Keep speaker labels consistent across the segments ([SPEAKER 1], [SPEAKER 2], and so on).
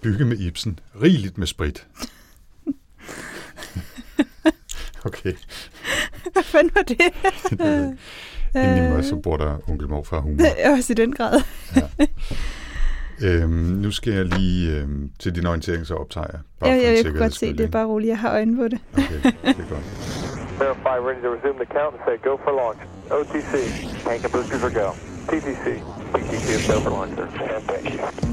[SPEAKER 1] Bygge med Ibsen. Rigeligt med sprit. Okay,
[SPEAKER 2] Hvad fanden var det?
[SPEAKER 1] det ved jeg ikke. Inden i mig, så bor der onkel morfar humor.
[SPEAKER 2] Øh, Også i den grad.
[SPEAKER 1] Øhm, nu skal jeg lige øhm, til din orientering, så optager jeg.
[SPEAKER 2] Ja,
[SPEAKER 1] for
[SPEAKER 2] jeg,
[SPEAKER 1] en
[SPEAKER 2] jeg kunne godt
[SPEAKER 1] sikkerheds
[SPEAKER 2] se
[SPEAKER 1] skyld,
[SPEAKER 2] det.
[SPEAKER 1] ikke?
[SPEAKER 2] Bare roligt, jeg har øjnene på det.
[SPEAKER 1] Okay, det er godt.
[SPEAKER 3] Verify ready to resume the count and say go for launch. OTC, tank and boosters are go. TTC, PTC is go for launch, sir. And thank you.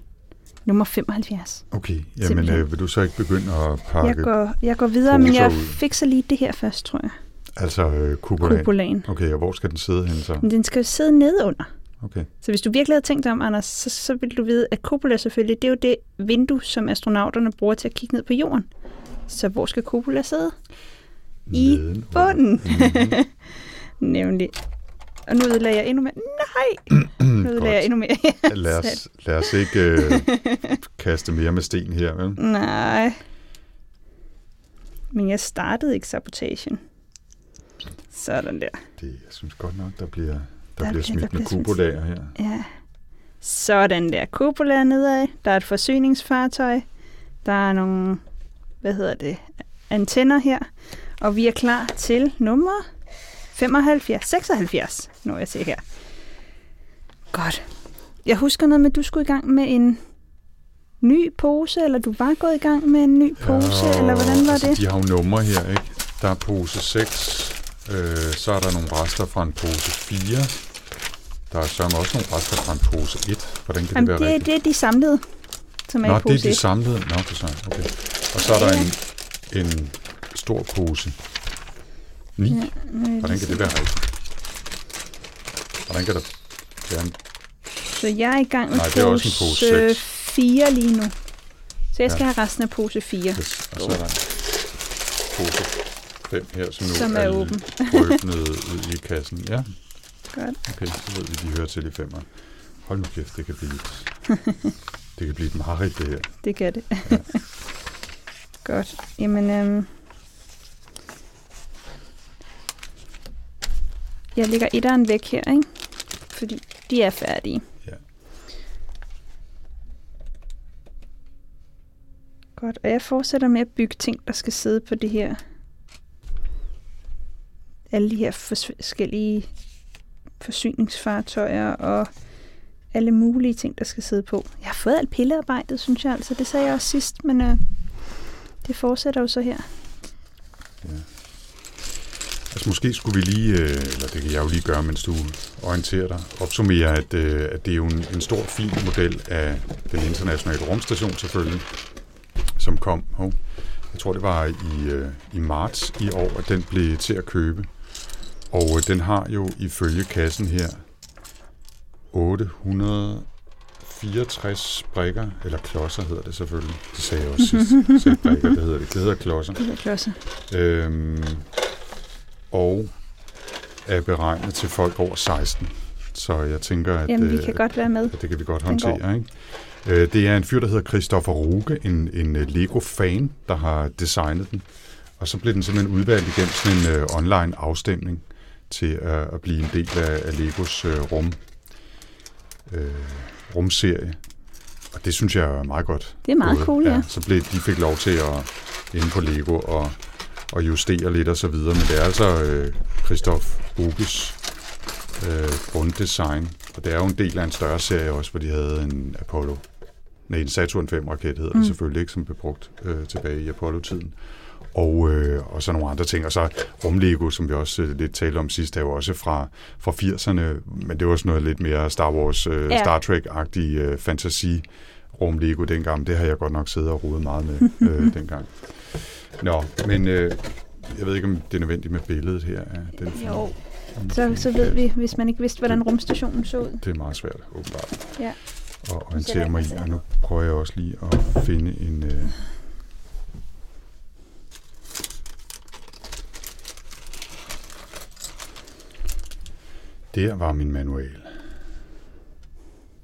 [SPEAKER 2] nummer 75.
[SPEAKER 1] Okay, jamen
[SPEAKER 2] Simpelthen.
[SPEAKER 1] øh, vil du så ikke begynde at
[SPEAKER 2] Jeg
[SPEAKER 1] pakke
[SPEAKER 2] går, jeg går videre, men
[SPEAKER 1] Poser
[SPEAKER 2] jeg
[SPEAKER 1] ud.
[SPEAKER 2] fikser lige det her først, tror jeg.
[SPEAKER 1] altså øh, kupolaen?
[SPEAKER 2] Kupolaen.
[SPEAKER 1] Okay, og hvor skal den sidde hen så?
[SPEAKER 2] Men den skal jo sidde nedunder.
[SPEAKER 1] Okay.
[SPEAKER 2] Så hvis du virkelig havde tænkt dig om, Anders, så, så ville du vide, at cupola selvfølgelig, det er jo det vindue, som astronauterne bruger til at kigge ned på jorden. Så hvor skal cupola sidde? I
[SPEAKER 1] Nedenunder.
[SPEAKER 2] bunden. Nemlig. Og nu ødelagde jeg endnu mere. Nej! Nu ødelagde jeg
[SPEAKER 1] Godt.
[SPEAKER 2] endnu mere.
[SPEAKER 1] Lad os, lad os ikke øh, kaste mere med sten her, vel?
[SPEAKER 2] Nej. Men jeg startede ikke sabotagen. Sådan der.
[SPEAKER 1] Det, jeg synes godt nok, der bliver, der
[SPEAKER 2] Der
[SPEAKER 1] der
[SPEAKER 2] bliver-
[SPEAKER 1] bliver smidt
[SPEAKER 2] der bliver
[SPEAKER 1] med
[SPEAKER 2] smidt-
[SPEAKER 1] kubolager her.
[SPEAKER 2] Ja. Sådan der. Cupola er nedad. Der er et forsyningsfartøj. Der er nogle, hvad hedder det, antenner her. Og vi er klar til nummer 75, 76, når jeg ser her. Godt. Jeg husker noget med, at du skulle i gang med en ny pose, eller du var gået i gang med en ny pose,
[SPEAKER 1] Og-
[SPEAKER 2] eller hvordan var
[SPEAKER 1] altså,
[SPEAKER 2] det?
[SPEAKER 1] De har jo numre her, ikke? Der er pose 6, øh, så er der nogle rester fra en pose 4. Der er sørme også nogle rester fra en pose 1. Hvordan kan
[SPEAKER 2] Jamen,
[SPEAKER 1] det være
[SPEAKER 2] det,
[SPEAKER 1] rigtigt?
[SPEAKER 2] det er de samlede, som er
[SPEAKER 1] Nå,
[SPEAKER 2] i pose
[SPEAKER 1] det er de
[SPEAKER 2] et.
[SPEAKER 1] samlede. Nå, for søren. Okay. Og så er der en, en stor pose 9.
[SPEAKER 2] Øh,
[SPEAKER 1] Hvordan kan det være rigtigt? Hvordan kan der være en
[SPEAKER 2] Så jeg er i gang med
[SPEAKER 1] Nej, det er også en pose
[SPEAKER 2] pose
[SPEAKER 1] seks.
[SPEAKER 2] 4 lige nu. Så jeg skal
[SPEAKER 1] Ja.
[SPEAKER 2] have resten af pose 4.
[SPEAKER 1] Yes, og så er der en pose 5 her, som nu
[SPEAKER 2] Som er åben.
[SPEAKER 1] drøbnet ud i kassen. Ja,
[SPEAKER 2] Godt.
[SPEAKER 1] okay, så ved vi, de hører til i femmer. Hold nu kæft, det kan blive et, det kan blive et mareridt, det her.
[SPEAKER 2] Det kan det. Godt. Jamen, øhm, jeg lægger etteren væk her, ikke? Fordi de er færdige.
[SPEAKER 1] Ja.
[SPEAKER 2] Godt, og jeg fortsætter med at bygge ting, der skal sidde på det her. Alle de her fors- forskellige forsyningsfartøjer og alle mulige ting, der skal sidde på. Jeg har fået alt pillearbejdet, synes jeg altså. Det sagde jeg også sidst, men øh, det fortsætter jo så her.
[SPEAKER 1] Altså måske skulle vi lige, øh, eller det kan jeg jo lige gøre, mens du orienterer dig, opsummere, at, øh, at det er jo en, en stor, fin model af den internationale rumstation selvfølgelig, som kom, hov, jeg tror det var i, øh, i marts i år, at den blev til at købe. Og øh, den har jo ifølge kassen her 864 brikker, eller klodser hedder det selvfølgelig. Det sagde jeg også sidst. Jeg sagde brikker, det hedder det. Det hedder klodser.
[SPEAKER 2] Det der klodser.
[SPEAKER 1] Øhm, og er beregnet til folk over 16. Så jeg tænker, at,
[SPEAKER 2] Jamen, vi
[SPEAKER 1] øh,
[SPEAKER 2] kan godt være med.
[SPEAKER 1] at det kan vi godt
[SPEAKER 2] Den går.
[SPEAKER 1] håndtere. Ikke? Øh, det er en fyr, der hedder Christoffer Ruge, en, en øh, Lego-fan, der har designet den. Og så blev den simpelthen udvalgt igennem sådan en øh, online afstemning til øh, at blive en del af, af Legos øh, rum, øh, rumserie. Og det synes jeg er meget godt.
[SPEAKER 2] Det er meget
[SPEAKER 1] gået.
[SPEAKER 2] cool, ja.
[SPEAKER 1] Så blev, de fik lov til at inde på Lego og, og justere lidt og så videre. Men det er altså øh, Christoph Ruges øh, grunddesign. Og det er jo en del af en større serie også, hvor de havde en Apollo. Nej, en Saturn 5-raket hedder mm. det selvfølgelig ikke, som blev brugt øh, tilbage i Apollo-tiden. Og, øh, og så nogle andre ting. Og så rumlego, som vi også øh, lidt talte om sidst, er jo også fra, fra 80'erne, men det var sådan noget lidt mere Star Wars, øh,
[SPEAKER 2] Ja.
[SPEAKER 1] ja. Star Trek-agtig øh, fantasi rumlego dengang. Men Det har jeg godt nok siddet og rodet meget med øh, dengang. Nå, men øh, jeg ved ikke, om det er nødvendigt med billedet her. Ja, den
[SPEAKER 2] Jo, så, så ved vi, hvis man ikke vidste, hvordan rumstationen så ud.
[SPEAKER 1] det er meget svært, åbenbart,
[SPEAKER 2] Ja.
[SPEAKER 1] at orientere mig i. Og nu prøver jeg også lige at finde en... Øh... Der var min manual.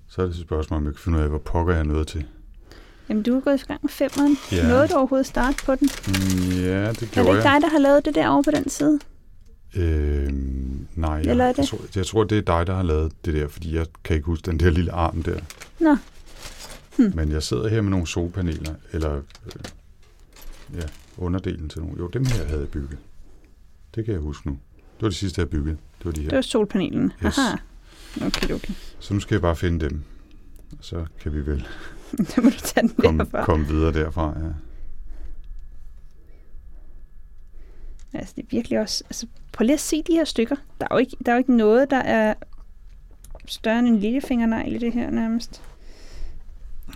[SPEAKER 1] Så er det så et spørgsmål, om jeg kan finde ud af, hvor pokker jeg er nødt til.
[SPEAKER 2] Jamen, du er gået i gang med femmeren.
[SPEAKER 1] Ja.
[SPEAKER 2] Nåede du overhovedet at starte på den?
[SPEAKER 1] Mm, Ja, det
[SPEAKER 2] er det
[SPEAKER 1] gjorde
[SPEAKER 2] ikke
[SPEAKER 1] jeg.
[SPEAKER 2] dig, der har lavet det der over på den side?
[SPEAKER 1] Øhm, nej, jeg,
[SPEAKER 2] Eller er
[SPEAKER 1] jeg,
[SPEAKER 2] det-
[SPEAKER 1] tror, jeg tror, det er dig, der har lavet det der, fordi jeg kan ikke huske den der lille arm der.
[SPEAKER 2] Nå,
[SPEAKER 1] Men jeg sidder her med nogle solpaneler, eller øh, ja, underdelen til nogle. Jo, dem her havde jeg bygget. Det kan jeg huske nu. Det var det sidste, jeg byggede. Det var de
[SPEAKER 2] det var
[SPEAKER 1] her.
[SPEAKER 2] solpanelen.
[SPEAKER 1] Yes.
[SPEAKER 2] Aha. Okay, okay.
[SPEAKER 1] Så nu skal jeg bare finde dem. Og så kan vi vel
[SPEAKER 2] Så må du tage den
[SPEAKER 1] komme,
[SPEAKER 2] derfra.
[SPEAKER 1] komme videre derfra. Ja.
[SPEAKER 2] Altså, det er virkelig også... Altså, prøv lige at se de her stykker. Der er jo ikke, der er jo ikke noget, der er større end en lillefingernegl i det her nærmest.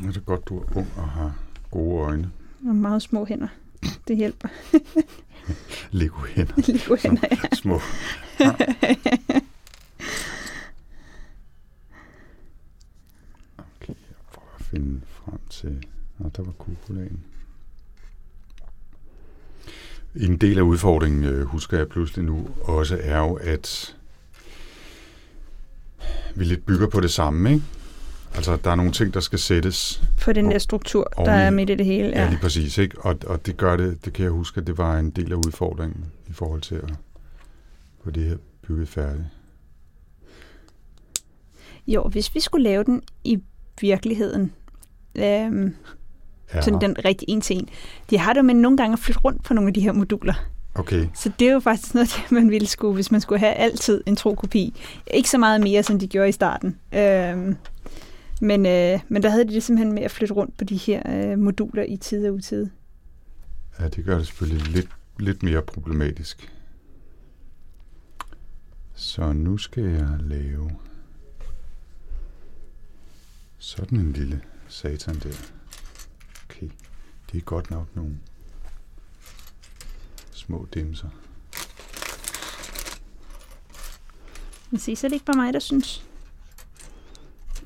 [SPEAKER 1] Nu er det godt, du er ung og har gode øjne.
[SPEAKER 2] Og meget små hænder. Det hjælper.
[SPEAKER 1] Lego hænder.
[SPEAKER 2] Lige hænder, ja.
[SPEAKER 1] Små. Okay, jeg prøver at finde frem til... Nå, der var kupolaen. En del af udfordringen, øh, husker jeg pludselig nu, også er jo, at vi lidt bygger på det samme, ikke? Altså, der er nogle ting, der skal sættes.
[SPEAKER 2] På den
[SPEAKER 1] Og-
[SPEAKER 2] der struktur, der
[SPEAKER 1] oveni-
[SPEAKER 2] er midt i det hele.
[SPEAKER 1] Ja,
[SPEAKER 2] Ja.
[SPEAKER 1] lige præcis, ikke? Og, og det gør det, det kan jeg huske, at det var en del af udfordringen i forhold til at få det her bygget færdigt.
[SPEAKER 2] Jo, hvis vi skulle lave den i virkeligheden, øhm,
[SPEAKER 1] Ja,
[SPEAKER 2] sådan den rigtig en til en. De har det jo med nogle gange at flytte rundt på nogle af de her moduler.
[SPEAKER 1] okay.
[SPEAKER 2] Så det er jo faktisk noget, det man ville skulle, hvis man skulle have altid en tro kopi. Ikke så meget mere, som de gjorde i starten. Øhm, men, øh, men der havde de det simpelthen med at flytte rundt på de her øh, moduler i tid og utid.
[SPEAKER 1] Ja, det gør det selvfølgelig lidt, lidt mere problematisk. Så nu skal jeg lave sådan en lille satan der. Okay, det er godt nok nogle små dimser.
[SPEAKER 2] Men se, så er det ikke bare mig, der synes,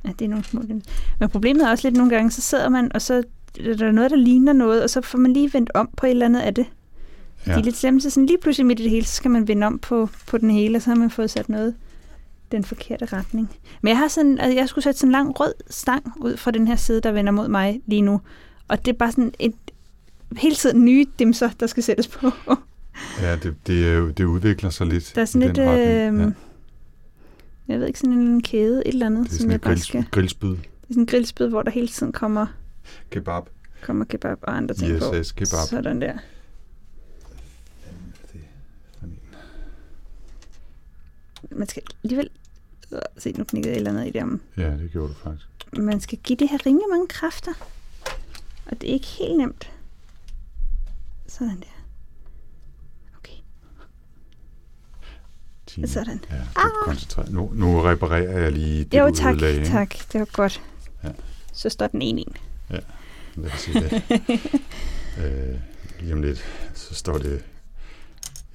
[SPEAKER 2] at det er nogle små dem. Men problemet er også lidt nogle gange, så sidder man, og så er der noget, der ligner noget, og så får man lige vendt om på et eller andet af det. Ja. De er lidt slemme, så sådan lige pludselig midt i det hele, så skal man vende om på, på den hele, og så har man fået sat noget den forkerte retning. Men jeg har sådan, altså jeg skulle sætte sådan en lang rød stang ud fra den her side, der vender mod mig lige nu. Og det er bare sådan et, hele tiden nye dimser, der skal sættes på.
[SPEAKER 1] ja det, det, er jo- det udvikler sig lidt
[SPEAKER 2] Der er sådan
[SPEAKER 1] i
[SPEAKER 2] et,
[SPEAKER 1] den retning.
[SPEAKER 2] øh,
[SPEAKER 1] Ja,
[SPEAKER 2] jeg ved ikke, sådan en eller anden kæde, et eller andet,
[SPEAKER 1] det er
[SPEAKER 2] som
[SPEAKER 1] sådan
[SPEAKER 2] jeg
[SPEAKER 1] et
[SPEAKER 2] bare
[SPEAKER 1] grill,
[SPEAKER 2] skal...
[SPEAKER 1] grillspyd.
[SPEAKER 2] Det er sådan en grillspyd, hvor der hele tiden kommer,
[SPEAKER 1] Kebab.
[SPEAKER 2] kommer kebab og andre ting på.
[SPEAKER 1] ISS kebab.
[SPEAKER 2] Sådan der. Man skal alligevel Se, nu knækkede jeg et eller andet i det om.
[SPEAKER 1] Ja, det gjorde du faktisk.
[SPEAKER 2] Man skal give det her rimelig mange kræfter. Og det er ikke helt nemt. Sådan der. Okay,
[SPEAKER 1] Tine.
[SPEAKER 2] sådan.
[SPEAKER 1] Ja, det er koncentreret. Nu, nu reparerer jeg lige det,
[SPEAKER 2] Ah. jo,
[SPEAKER 1] du
[SPEAKER 2] tak,
[SPEAKER 1] ødelagde, ikke?
[SPEAKER 2] tak. Det var godt.
[SPEAKER 1] Ja.
[SPEAKER 2] Så står den en en.
[SPEAKER 1] Lad os se det. øh, lige om lidt, så står det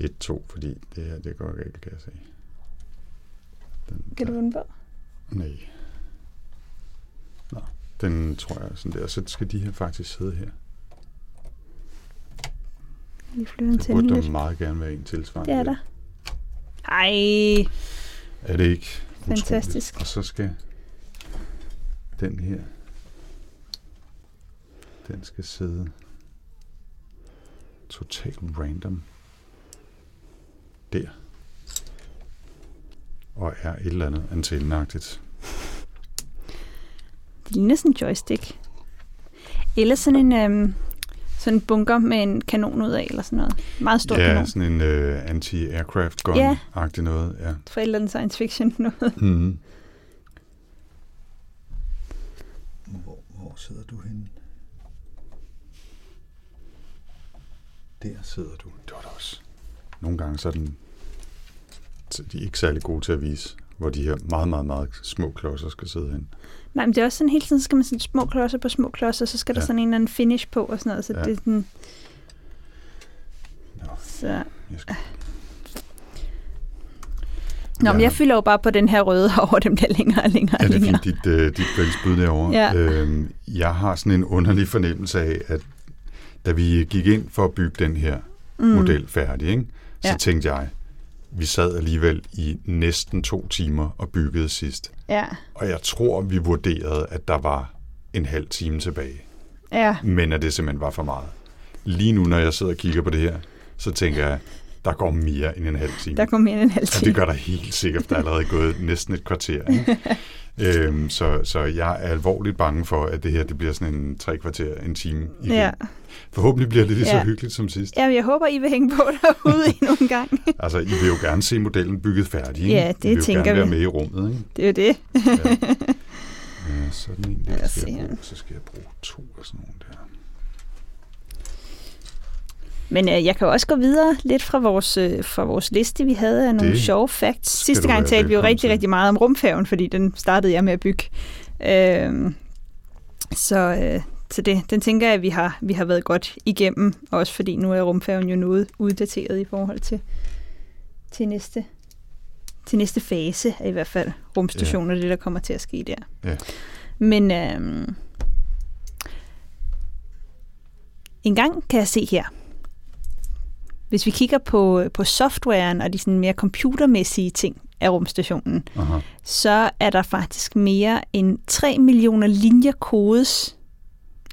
[SPEAKER 1] 1-2, fordi det her, det går galt, kan jeg se. Den,
[SPEAKER 2] Kan du
[SPEAKER 1] der-
[SPEAKER 2] vunde på?
[SPEAKER 1] Nej. Nå, den tror jeg er sådan der. Så skal de her faktisk sidde her.
[SPEAKER 2] Lige flytte den
[SPEAKER 1] Det
[SPEAKER 2] til
[SPEAKER 1] burde der
[SPEAKER 2] lidt.
[SPEAKER 1] meget gerne være en tilsvarende.
[SPEAKER 2] Det er
[SPEAKER 1] ved.
[SPEAKER 2] der. Ej,
[SPEAKER 1] Er det ikke utroligt?
[SPEAKER 2] Fantastisk.
[SPEAKER 1] Og så skal den her, den skal sidde totalt random der. Og er et eller andet antenneagtigt.
[SPEAKER 2] det ligner sådan en joystick. Eller sådan en, øhm, sådan en bunker med en kanon ud af, eller sådan noget. Meget stor
[SPEAKER 1] ja,
[SPEAKER 2] kanon.
[SPEAKER 1] sådan en øh, anti-aircraft
[SPEAKER 2] Ja.
[SPEAKER 1] gun-agtig noget. Ja.
[SPEAKER 2] For et eller andet science fiction noget.
[SPEAKER 1] Mm.
[SPEAKER 4] Hvor, hvor sidder du henne? Der sidder du.
[SPEAKER 1] Det var det også. Nogle gange så er den, så de er ikke særlig gode til at vise, hvor de her meget, meget, meget små klodser skal sidde hen.
[SPEAKER 2] Nej, men det er også sådan, hele tiden skal man sådan små klodser på små klodser, så skal ja. der
[SPEAKER 1] Ja.
[SPEAKER 2] sådan en eller anden finish på og sådan noget. Så
[SPEAKER 1] Ja.
[SPEAKER 2] ja. det er sådan...
[SPEAKER 1] Nå.
[SPEAKER 2] Så.
[SPEAKER 1] Jeg skal
[SPEAKER 2] Nå, men
[SPEAKER 1] Ja.
[SPEAKER 2] jeg fylder jo bare på den her røde over dem der længere og længere
[SPEAKER 1] Ja,
[SPEAKER 2] og
[SPEAKER 1] det er
[SPEAKER 2] længere.
[SPEAKER 1] fint, dit, øh, dit fællesbud derovre.
[SPEAKER 2] Ja.
[SPEAKER 1] Øhm, jeg har sådan en underlig fornemmelse af, at da vi gik ind for at bygge den her mm. model færdig, ikke, så
[SPEAKER 2] Ja.
[SPEAKER 1] tænkte jeg, vi sad alligevel i næsten to timer og byggede sidst.
[SPEAKER 2] Ja,
[SPEAKER 1] Og jeg tror, vi vurderede, at der var en halv time tilbage.
[SPEAKER 2] ja.
[SPEAKER 1] Men at det simpelthen var for meget. Lige nu, når jeg sidder og kigger på det her, så tænker jeg, der går mere end en halv time.
[SPEAKER 2] Der går mere end en halv
[SPEAKER 1] Ja, det
[SPEAKER 2] time.
[SPEAKER 1] gør der helt sikkert. Der er allerede gået næsten et kvarter. Ikke? øhm, så, så jeg er alvorligt bange for, at det her det bliver sådan en tre kvarter, en time igen.
[SPEAKER 2] Ja.
[SPEAKER 1] Forhåbentlig bliver det lige så
[SPEAKER 2] Ja.
[SPEAKER 1] hyggeligt som sidst.
[SPEAKER 2] Jamen, jeg håber, I vil hænge på derude endnu en gang.
[SPEAKER 1] Altså, I vil jo gerne se modellen bygget færdig. Ikke?
[SPEAKER 2] Ja, det
[SPEAKER 1] I vil jo
[SPEAKER 2] tænker
[SPEAKER 1] gerne være
[SPEAKER 2] vi.
[SPEAKER 1] med i rummet. Ikke?
[SPEAKER 2] Det er jo det.
[SPEAKER 1] Ja, sådan en
[SPEAKER 2] Lad
[SPEAKER 1] der
[SPEAKER 2] os
[SPEAKER 1] skal
[SPEAKER 2] se
[SPEAKER 1] jeg
[SPEAKER 2] her.
[SPEAKER 1] bruge. Så skal jeg bruge to og sådan nogle der.
[SPEAKER 2] Men øh, jeg kan jo også gå videre lidt fra vores, øh, fra vores liste, vi havde af nogle
[SPEAKER 1] Det
[SPEAKER 2] sjove facts. Sidste
[SPEAKER 1] du
[SPEAKER 2] gang
[SPEAKER 1] være
[SPEAKER 2] talte vi jo
[SPEAKER 1] velkommen
[SPEAKER 2] rigtig,
[SPEAKER 1] til.
[SPEAKER 2] rigtig meget om rumfærgen, fordi den startede jeg med at bygge. Øh, så øh, så det, den tænker jeg, at vi har, vi har været godt igennem, også fordi nu er rumfærgen jo noget uddateret i forhold til, til næste til næste fase af i hvert fald rumstationer, ja. det der kommer til at ske der.
[SPEAKER 1] Ja.
[SPEAKER 2] Men øhm, en gang kan jeg se her, hvis vi kigger på, på softwaren og de sådan mere computermæssige ting af rumstationen,
[SPEAKER 1] Aha.
[SPEAKER 2] så er der faktisk mere end 3 millioner linjer kodes,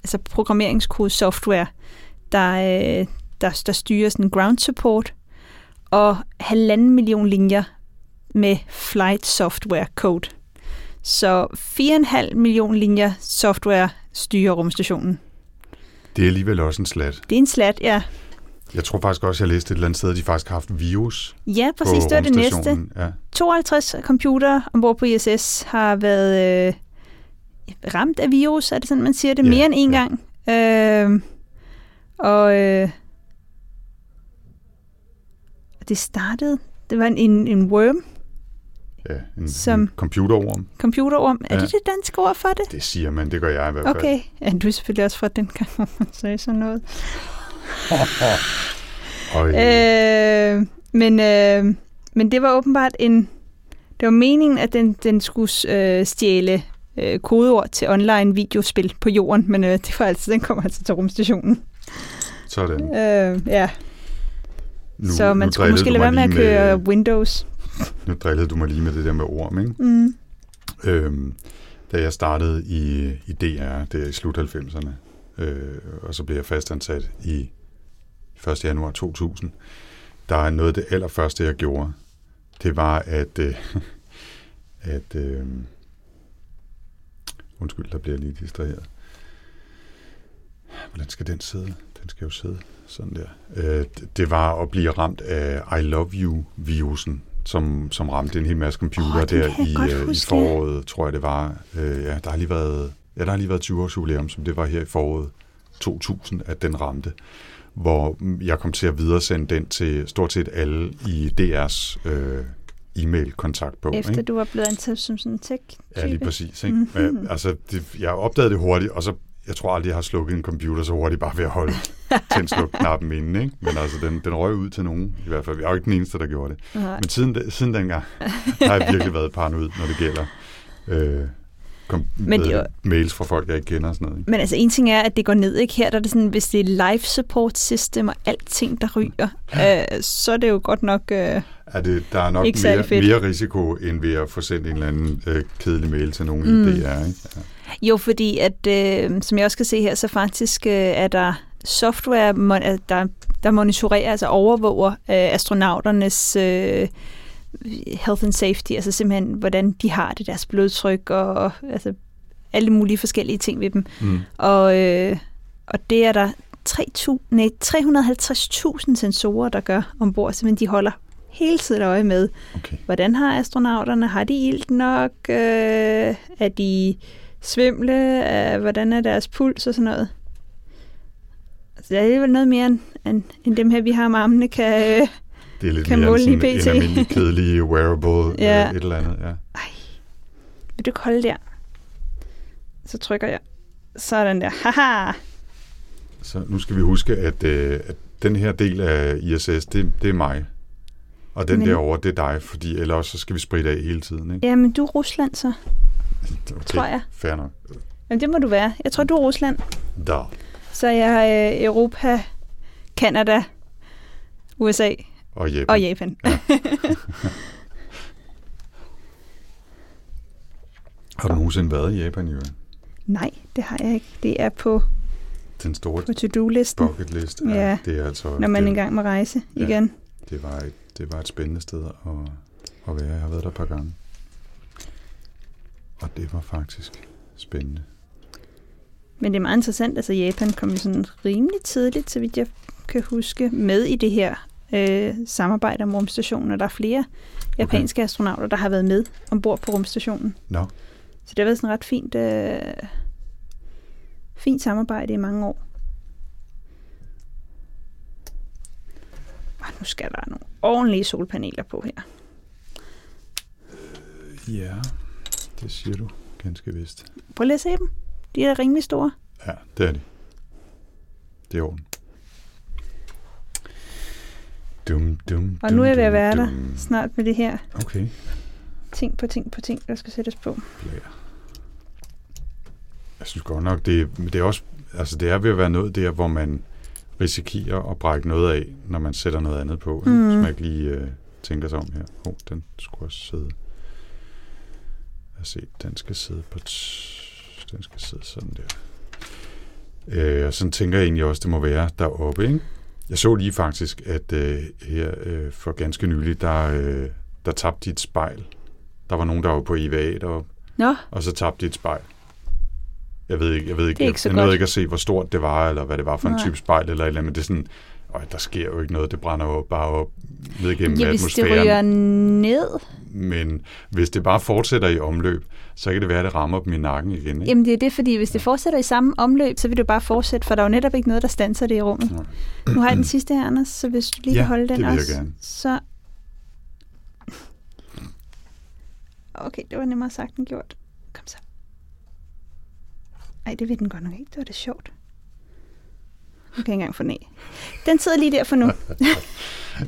[SPEAKER 2] altså programmeringskode software, der, øh, der, der styrer sådan ground support, og halvanden million linjer med flight software code. Så 4,5 million linjer software styrer rumstationen.
[SPEAKER 1] Det er alligevel også en slat.
[SPEAKER 2] Det er en slat, ja.
[SPEAKER 1] Jeg tror faktisk også, jeg læste et eller andet sted, at de faktisk har haft virus
[SPEAKER 2] Ja, præcis,
[SPEAKER 1] på
[SPEAKER 2] det var det næste.
[SPEAKER 1] rumstationen. Ja.
[SPEAKER 2] 52 computere ombord på ISS har været øh, ramt af virus, er det sådan, man siger det,
[SPEAKER 1] Ja,
[SPEAKER 2] mere end en
[SPEAKER 1] ja.
[SPEAKER 2] gang. Øh, og øh, det startede, det var en, en, en worm,
[SPEAKER 1] Ja, en, Som... en
[SPEAKER 2] Som-
[SPEAKER 1] computerorm.
[SPEAKER 2] computerorm. Er
[SPEAKER 1] Ja.
[SPEAKER 2] det det danske ord for det?
[SPEAKER 1] Det siger man, det gør jeg i hvert fald.
[SPEAKER 2] Okay, ja, du er selvfølgelig også fra den gang, hvor man sagde sådan noget.
[SPEAKER 1] Og, øh,
[SPEAKER 2] Øh, men, øh, men det var åbenbart en... Det var meningen, at den, den skulle øh, stjæle øh, kodeord til online videospil på jorden, men øh, det var altså, den kom altså til rumstationen.
[SPEAKER 1] sådan.
[SPEAKER 2] Øh, ja,
[SPEAKER 1] Nu,
[SPEAKER 2] så man
[SPEAKER 1] nu
[SPEAKER 2] skulle måske
[SPEAKER 1] drillede du
[SPEAKER 2] lade være
[SPEAKER 1] mig
[SPEAKER 2] med at
[SPEAKER 1] lige
[SPEAKER 2] køre Windows.
[SPEAKER 1] Nu drillede du mig lige med det der med orm, ikke?
[SPEAKER 2] Mm.
[SPEAKER 1] Øhm, da jeg startede i, i DR, det er i slut 90'erne, øh, og så blev jeg fastansat i 1. januar 2000, der er noget af det allerførste, jeg gjorde, det var, at... Øh, at øh, undskyld, der bliver jeg lige distraheret. Hvordan skal den sidde? Den skal jo sidde sådan der. Øh, d- det var at blive ramt af I love you-virusen som, som ramte en hel masse computer
[SPEAKER 2] Åh,
[SPEAKER 1] oh,
[SPEAKER 2] den
[SPEAKER 1] der
[SPEAKER 2] kan jeg
[SPEAKER 1] i,
[SPEAKER 2] godt
[SPEAKER 1] øh, i
[SPEAKER 2] huske.
[SPEAKER 1] foråret, tror jeg det var. Øh, ja, der har lige været, ja, der har lige været 20 års jubilæum, som det var her i foråret 2000, at den ramte hvor mm, jeg kom til at videresende den til stort set alle i DR's øh, e-mail-kontaktbog.
[SPEAKER 2] Efter
[SPEAKER 1] ikke?
[SPEAKER 2] du var blevet ansat som sådan en tech-type.
[SPEAKER 1] Ja, lige præcis. Ikke?
[SPEAKER 2] Mhm.
[SPEAKER 1] Mm-hmm. Altså, det, jeg opdagede det hurtigt, og så jeg tror aldrig, jeg har slukket en computer så hurtigt, bare ved at holde tænd sluk knappen inde. Ikke? Men altså, den, den røg ud til nogen i hvert fald. Jeg er jo ikke den eneste, der gjorde det.
[SPEAKER 2] Nej.
[SPEAKER 1] Men siden, da- siden dengang der har jeg virkelig været paranoid, når det gælder øh, kom,
[SPEAKER 2] Men
[SPEAKER 1] Men
[SPEAKER 2] det
[SPEAKER 1] det
[SPEAKER 2] er
[SPEAKER 1] var... mails fra folk, jeg ikke kender og sådan noget. Ikke?
[SPEAKER 2] Men altså, en ting er, at det går ned, ikke? Her der er det sådan, hvis det er life support system og alting, der ryger, øh, så er det jo godt nok... Øh,
[SPEAKER 1] Er det, der er nok
[SPEAKER 2] Ikke særlig
[SPEAKER 1] mere,
[SPEAKER 2] fedt.
[SPEAKER 1] mere risiko, end ved at få sendt en eller anden øh, kedelig mail til nogen mm. i DR. Ikke? Ja.
[SPEAKER 2] jo, fordi at, øh, som jeg også kan se her, så faktisk øh, er der software, mon- altså, der, der monitorerer, altså overvåger øh, astronauternes øh, health and safety, altså simpelthen, hvordan de har det, deres blodtryk og, og altså, alle mulige forskellige ting ved dem.
[SPEAKER 1] Mm.
[SPEAKER 2] Og, øh, og det er der 3.000 nej, 350.000 sensorer, der gør ombord, men de holder hele tiden øje med,
[SPEAKER 1] Okay.
[SPEAKER 2] hvordan har astronauterne, har de ilt nok, øh, er de svimle, øh, hvordan er deres puls og sådan noget. Så det er alligevel noget mere end, end, end dem her, vi har om armene, kan... Øh,
[SPEAKER 1] Det er lidt
[SPEAKER 2] Kan
[SPEAKER 1] kan mere
[SPEAKER 2] måle
[SPEAKER 1] sådan en
[SPEAKER 2] lige pt.
[SPEAKER 1] almindelig kedelig wearable
[SPEAKER 2] Ja.
[SPEAKER 1] ja. øh, et eller andet. Ja.
[SPEAKER 2] Vil du ikke holde der? Så trykker jeg. Sådan der. Haha!
[SPEAKER 1] Så nu skal vi huske, at, øh, at den her del af ISS, det, det er mig. Og den
[SPEAKER 2] Men-
[SPEAKER 1] Men... derovre, det er dig, fordi ellers så skal vi spritte af hele tiden. Ikke?
[SPEAKER 2] Jamen, du er Rusland så.
[SPEAKER 1] Okay,
[SPEAKER 2] tror jeg.
[SPEAKER 1] Fair nok.
[SPEAKER 2] Jamen, det må du være. Jeg tror, du er Rusland.
[SPEAKER 1] Da.
[SPEAKER 2] Så jeg har øh, Europa, Kanada, USA
[SPEAKER 1] Og Jeppe.
[SPEAKER 2] og Japan. Ja.
[SPEAKER 1] Har du nogensinde været i Japan, Jørgen?
[SPEAKER 2] Nej, det har jeg ikke. Det er på,
[SPEAKER 1] Den store
[SPEAKER 2] på to-do-listen,
[SPEAKER 1] bucket list.
[SPEAKER 2] Ja.
[SPEAKER 1] Det er altså,
[SPEAKER 2] når man
[SPEAKER 1] det,
[SPEAKER 2] engang må rejse
[SPEAKER 1] Ja.
[SPEAKER 2] igen.
[SPEAKER 1] Det var, et, det var et spændende sted at, at være. Jeg har været der et par gange. Og det var faktisk spændende.
[SPEAKER 2] Men det er meget interessant. Altså, Japan kom jo sådan rimelig tidligt, så vidt jeg kan huske, med i det her øh, samarbejde om rumstationen. Og der er flere japanske okay. astronauter, der har været med ombord på rumstationen.
[SPEAKER 1] Nå,
[SPEAKER 2] Så det har været sådan et ret fint, øh, fint samarbejde i mange år. Og nu skal der nogle ordentlige solpaneler på her.
[SPEAKER 1] ja, det siger du ganske vist.
[SPEAKER 2] Prøv lige at se dem. De er rimelig store.
[SPEAKER 1] Ja, det er det. Det er orden. Dum, dum,
[SPEAKER 2] Og
[SPEAKER 1] dum,
[SPEAKER 2] nu er jeg ved at
[SPEAKER 1] dum,
[SPEAKER 2] være der
[SPEAKER 1] dum.
[SPEAKER 2] snart med det her
[SPEAKER 1] Okay.
[SPEAKER 2] ting på ting på ting, der skal sættes på.
[SPEAKER 1] Beklager. Jeg synes godt nok, det, er- men det er også, altså det er ved at være noget der, hvor man risikerer at brække noget af, når man sætter noget andet på. Mm.
[SPEAKER 2] Mm.
[SPEAKER 1] Så man ikke lige øh, tænker sig om her. Oh, den skulle også sidde. Lad os se, den skal sidde på... T- den skal sidde sådan der. Øh, og sådan tænker jeg egentlig også, det må være deroppe, ikke? Jeg så lige faktisk, at øh, her øh, for ganske nylig, der, øh, der tabte de et spejl. Der var nogen, der var på IVA deroppe
[SPEAKER 2] Nå,
[SPEAKER 1] og så tabte de et spejl. Jeg ved ikke, jeg ved ikke,
[SPEAKER 2] Det er ikke så
[SPEAKER 1] jeg, jeg nåede
[SPEAKER 2] godt.
[SPEAKER 1] ikke at se, hvor stort det var, eller hvad det var for en
[SPEAKER 2] Nej.
[SPEAKER 1] type spejl, eller et eller andet, men det er sådan, øj, der sker jo ikke noget, det brænder jo bare op ned igennem
[SPEAKER 2] ja, hvis det
[SPEAKER 1] atmosfæren.
[SPEAKER 2] ryger ned.
[SPEAKER 1] Men hvis det bare fortsætter i omløb, så kan det være, at det rammer dem i nakken igen. Ikke?
[SPEAKER 2] Jamen det er det, fordi hvis det fortsætter i samme omløb, så vil det bare fortsætte, for der er jo netop ikke noget, der standser det i rummet. Nu har jeg den sidste her, Anders, så hvis du lige
[SPEAKER 1] Ja,
[SPEAKER 2] vil holde
[SPEAKER 1] det
[SPEAKER 2] den
[SPEAKER 1] vil jeg
[SPEAKER 2] også,
[SPEAKER 1] gerne.
[SPEAKER 2] så... Okay, det var nemmere sagt end gjort. Kom så. Ej, det ved den godt nok ikke. Det var da sjovt. Nu kan jeg ikke engang få den af. Den sidder lige der for nu.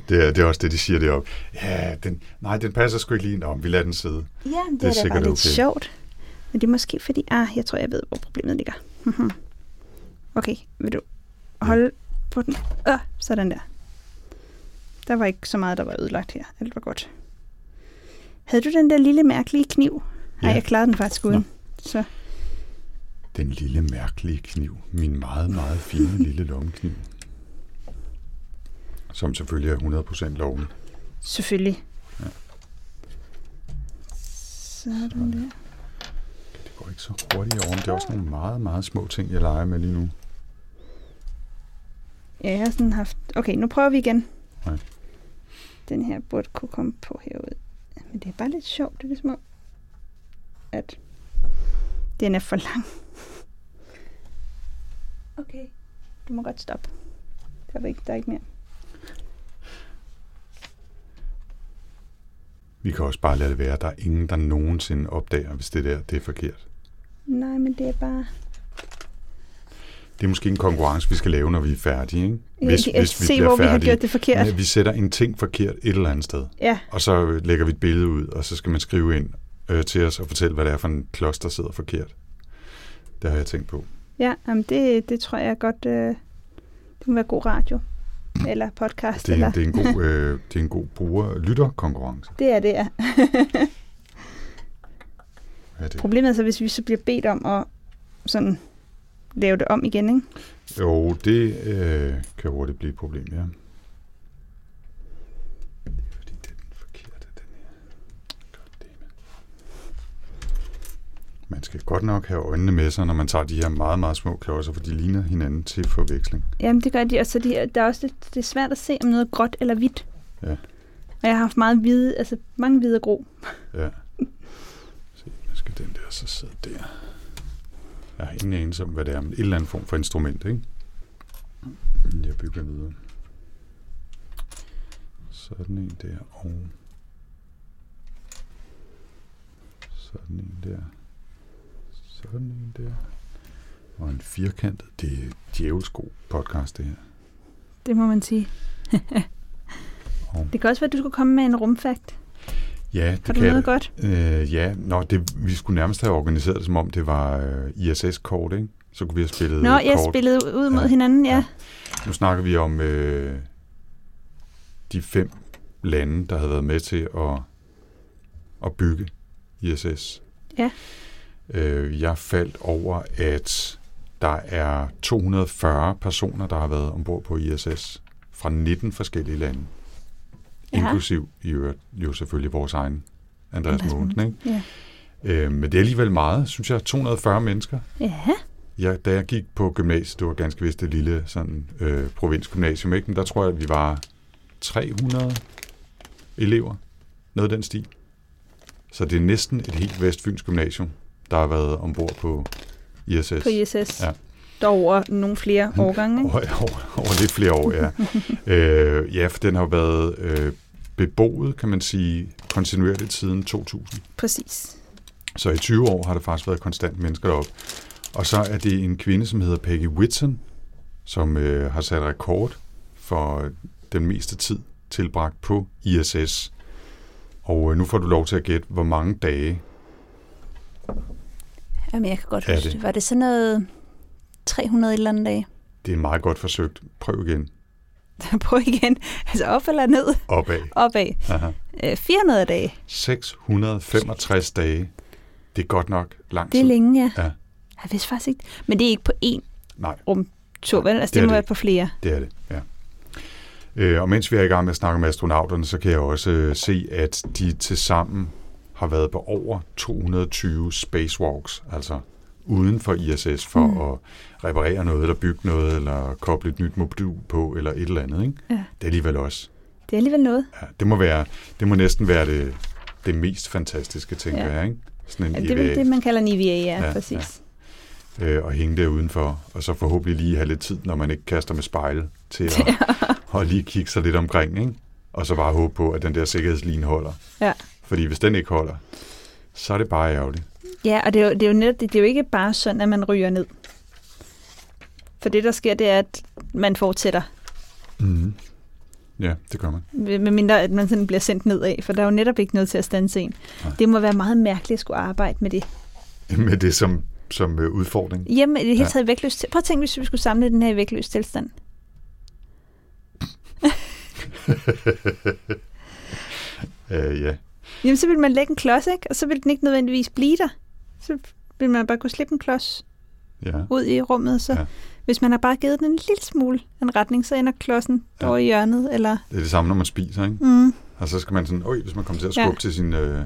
[SPEAKER 1] Det, er, det er også det, de siger deroppe. Ja, den, nej, den passer sgu ikke lige. Nå, vi lader den sidde.
[SPEAKER 2] Ja, det,
[SPEAKER 1] er
[SPEAKER 2] det er da bare
[SPEAKER 1] sikkert
[SPEAKER 2] lidt
[SPEAKER 1] okay.
[SPEAKER 2] sjovt. Men det er måske fordi... Ah, jeg tror, jeg ved, hvor problemet ligger. Mhm. okay, vil du holde på den? Øh, sådan der. Der var ikke så meget, der var ødelagt her. Alt var godt. Havde du den der lille mærkelige kniv? Nej,
[SPEAKER 1] Ja.
[SPEAKER 2] jeg klarede den faktisk uden. Så
[SPEAKER 1] Den lille mærkelige kniv. Min meget, meget fine lille lommekniv. Som selvfølgelig er 100% lovlig.
[SPEAKER 2] selvfølgelig. Sådan der.
[SPEAKER 1] Det går ikke så hurtigt over, men det er også nogle meget, meget små ting, jeg leger med lige nu.
[SPEAKER 2] Ja, jeg har sådan haft... Okay, nu prøver vi igen.
[SPEAKER 1] Nej.
[SPEAKER 2] Den her burde kunne komme på herud. Men det er bare lidt sjovt, det er ligesom om, at den er for lang. Okay, du må godt stoppe. Der er ikke, der er ikke mere.
[SPEAKER 1] Vi kan også bare lade det være. Der er ingen, der nogensinde opdager, hvis det der det er forkert.
[SPEAKER 2] Nej, men det er bare...
[SPEAKER 1] Det er måske en konkurrence, vi skal lave, når vi er færdige. Ikke?
[SPEAKER 2] Jeg kan se, hvor vi har gjort det forkert.
[SPEAKER 1] Men vi sætter en ting forkert et eller andet sted,
[SPEAKER 2] Ja,
[SPEAKER 1] og så lægger vi et billede ud, og så skal man skrive ind øh, til os og fortælle, hvad det er for en klods, der sidder forkert. Det har jeg tænkt på.
[SPEAKER 2] ja jamen det, det tror jeg godt... Øh, det må være god radio. Eller podcast.
[SPEAKER 1] Det er,
[SPEAKER 2] eller,
[SPEAKER 1] en, det er en god, øh, det er en god bruger lytterkonkurrence.
[SPEAKER 2] det er det, ja.
[SPEAKER 1] Er det?
[SPEAKER 2] Problemet er så, hvis vi så bliver bedt om at sådan lave det om igen, ikke?
[SPEAKER 1] Jo, det øh, kan hurtigt blive et problem, ja.
[SPEAKER 4] Det er fordi, det er den forkerte, den her. Goddammit.
[SPEAKER 1] Man skal godt nok have øjnene med sig, når man tager de her meget, meget små klodser, for de ligner hinanden til forveksling.
[SPEAKER 2] Jamen, det gør de. Og så de, her- der er også lidt, det er svært at se, om noget er gråt eller hvidt.
[SPEAKER 1] Ja.
[SPEAKER 2] Og jeg har haft meget hvide, altså mange hvide og grå.
[SPEAKER 1] Ja. Se, nu skal den der så sidde der. Jeg har ingen anelse om, hvad det er, men et eller andet form for instrument, ikke? Jeg bygger videre. Sådan en der, og... Sådan en der. Sådan en der. Og en firkantet. Det er djævelsko podcast, det her.
[SPEAKER 2] Det må man sige.
[SPEAKER 1] Og-
[SPEAKER 2] det kan også være, at du skulle komme med en rumfakt.
[SPEAKER 1] Ja, det
[SPEAKER 2] Har
[SPEAKER 1] kan
[SPEAKER 2] du
[SPEAKER 1] jeg
[SPEAKER 2] noget
[SPEAKER 1] da.
[SPEAKER 2] godt?
[SPEAKER 1] Øh, ja, nå, det, vi skulle nærmest have organiseret det, som om det var øh, ISS-kort, ikke? Så kunne vi have spillet
[SPEAKER 2] Nå,
[SPEAKER 1] øh,
[SPEAKER 2] jeg
[SPEAKER 1] kort.
[SPEAKER 2] spillede ud mod
[SPEAKER 1] Ja.
[SPEAKER 2] hinanden, ja.
[SPEAKER 1] Ja. Nu snakker vi om øh, de fem lande, der havde været med til at, at bygge ISS.
[SPEAKER 2] Ja.
[SPEAKER 1] Øh, jeg faldt over, at der er 240 personer, der har været ombord på ISS fra 19 forskellige lande.
[SPEAKER 2] Ja.
[SPEAKER 1] Inklusiv i øvrigt jo selvfølgelig vores egen Andreas
[SPEAKER 2] Andreas
[SPEAKER 1] Mogensen. Ikke?
[SPEAKER 2] Ja.
[SPEAKER 1] Øh, men det er alligevel meget, synes jeg. 240 mennesker.
[SPEAKER 2] Ja,
[SPEAKER 1] Jeg, da jeg gik på gymnasiet, det var ganske vist det lille sådan, øh, provinsgymnasium, ikke? men der tror jeg, at vi var 300 elever. Noget af den stil. Så det er næsten et helt vestfyns gymnasium, der har været ombord på ISS.
[SPEAKER 2] på ISS.
[SPEAKER 1] Ja. Mm.
[SPEAKER 2] Dog over nogle flere årgange, ikke?
[SPEAKER 1] Over, over, over lidt flere år, ja. øh, ja, for den har været øh, beboet, kan man sige, kontinuerligt siden 2000.
[SPEAKER 2] Præcis.
[SPEAKER 1] Så i 20 år har der faktisk været konstant mennesker deroppe. Og så er det en kvinde, som hedder Peggy Whitson, som øh, har sat rekord for den meste tid tilbragt på ISS. Og øh, nu får du lov til at gætte, hvor mange dage.
[SPEAKER 5] Jamen, jeg kan godt
[SPEAKER 1] Er
[SPEAKER 5] huske
[SPEAKER 1] det?
[SPEAKER 5] det. Var det sådan noget 300 et eller andet dag?
[SPEAKER 1] Det er meget godt forsøgt. Prøv igen.
[SPEAKER 5] Prøv igen. Altså op eller ned?
[SPEAKER 1] Opad.
[SPEAKER 5] Opad.
[SPEAKER 1] Aha.
[SPEAKER 5] Øh, 400 dage.
[SPEAKER 1] 665 dage. Det er godt nok lang
[SPEAKER 5] Det
[SPEAKER 1] tid.
[SPEAKER 5] er længe, ja.
[SPEAKER 1] Ja.
[SPEAKER 5] Jeg vidste faktisk ikke. Men det er ikke på én
[SPEAKER 1] Nej,
[SPEAKER 5] tur, vel? Altså,
[SPEAKER 1] Det
[SPEAKER 5] det,
[SPEAKER 1] er
[SPEAKER 5] må
[SPEAKER 1] det
[SPEAKER 5] være på flere.
[SPEAKER 1] Det er det, ja. Øh, og mens vi er i gang med at snakke med astronauterne, så kan jeg også øh, se, at de tilsammen har været på over 220 spacewalks, altså uden for ISS, for mm. at reparere noget, eller bygge noget, eller koble et nyt modul på, eller et eller andet. Ikke?
[SPEAKER 2] Ja.
[SPEAKER 1] Det er alligevel også.
[SPEAKER 2] Det er alligevel noget.
[SPEAKER 1] Ja, det, må være, det må næsten være det, det mest fantastiske, tænker
[SPEAKER 2] Ja.
[SPEAKER 1] ja. jeg. Ikke? Sådan en E
[SPEAKER 2] Ja, det er
[SPEAKER 1] EVA.
[SPEAKER 2] vel det, man kalder en IVA, ja,
[SPEAKER 1] Ja,
[SPEAKER 2] præcis.
[SPEAKER 1] øh, og hænge der udenfor, og så forhåbentlig lige have lidt tid, når man ikke kaster med spejle, til at, at lige kigge sig lidt omkring, ikke? og så bare håbe på, at den der sikkerhedsline holder.
[SPEAKER 2] Ja.
[SPEAKER 1] Fordi hvis den ikke holder, så er det bare ærgerligt.
[SPEAKER 2] Ja, og det er, jo, det er jo netop, det, det er jo ikke bare sådan, at man ryger ned. For det, der sker, det er, at man fortsætter,
[SPEAKER 1] Mm-hmm. Ja, det gør man.
[SPEAKER 2] medmindre at man sådan bliver sendt nedad, for der er jo netop ikke noget til at standse en.
[SPEAKER 1] Nej.
[SPEAKER 2] Det må være meget mærkeligt at skulle arbejde med det.
[SPEAKER 1] Med det som, som øh, udfordring.
[SPEAKER 2] Hjemme i det hele
[SPEAKER 1] Ja.
[SPEAKER 2] taget i vægtløs til- Prøv at tænke, hvis vi skulle samle den her i vægtløs tilstand.
[SPEAKER 1] Øh, ja.
[SPEAKER 2] Jamen, så ville man lægge en klods, ikke? Og så ville den ikke nødvendigvis blive der. Så ville man bare kunne slippe en klods
[SPEAKER 1] ja.
[SPEAKER 2] ud i rummet. Så
[SPEAKER 1] Ja.
[SPEAKER 2] ja. hvis man har bare givet den en lille smule en retning, så ender klodsen
[SPEAKER 1] Ja.
[SPEAKER 2] ja. over i hjørnet. Eller,
[SPEAKER 1] Det er det samme, når man spiser, ikke?
[SPEAKER 2] mm,
[SPEAKER 1] Og så skal man sådan, øj, hvis man kommer til at
[SPEAKER 2] Ja.
[SPEAKER 1] skubbe ja. til sin... Øh,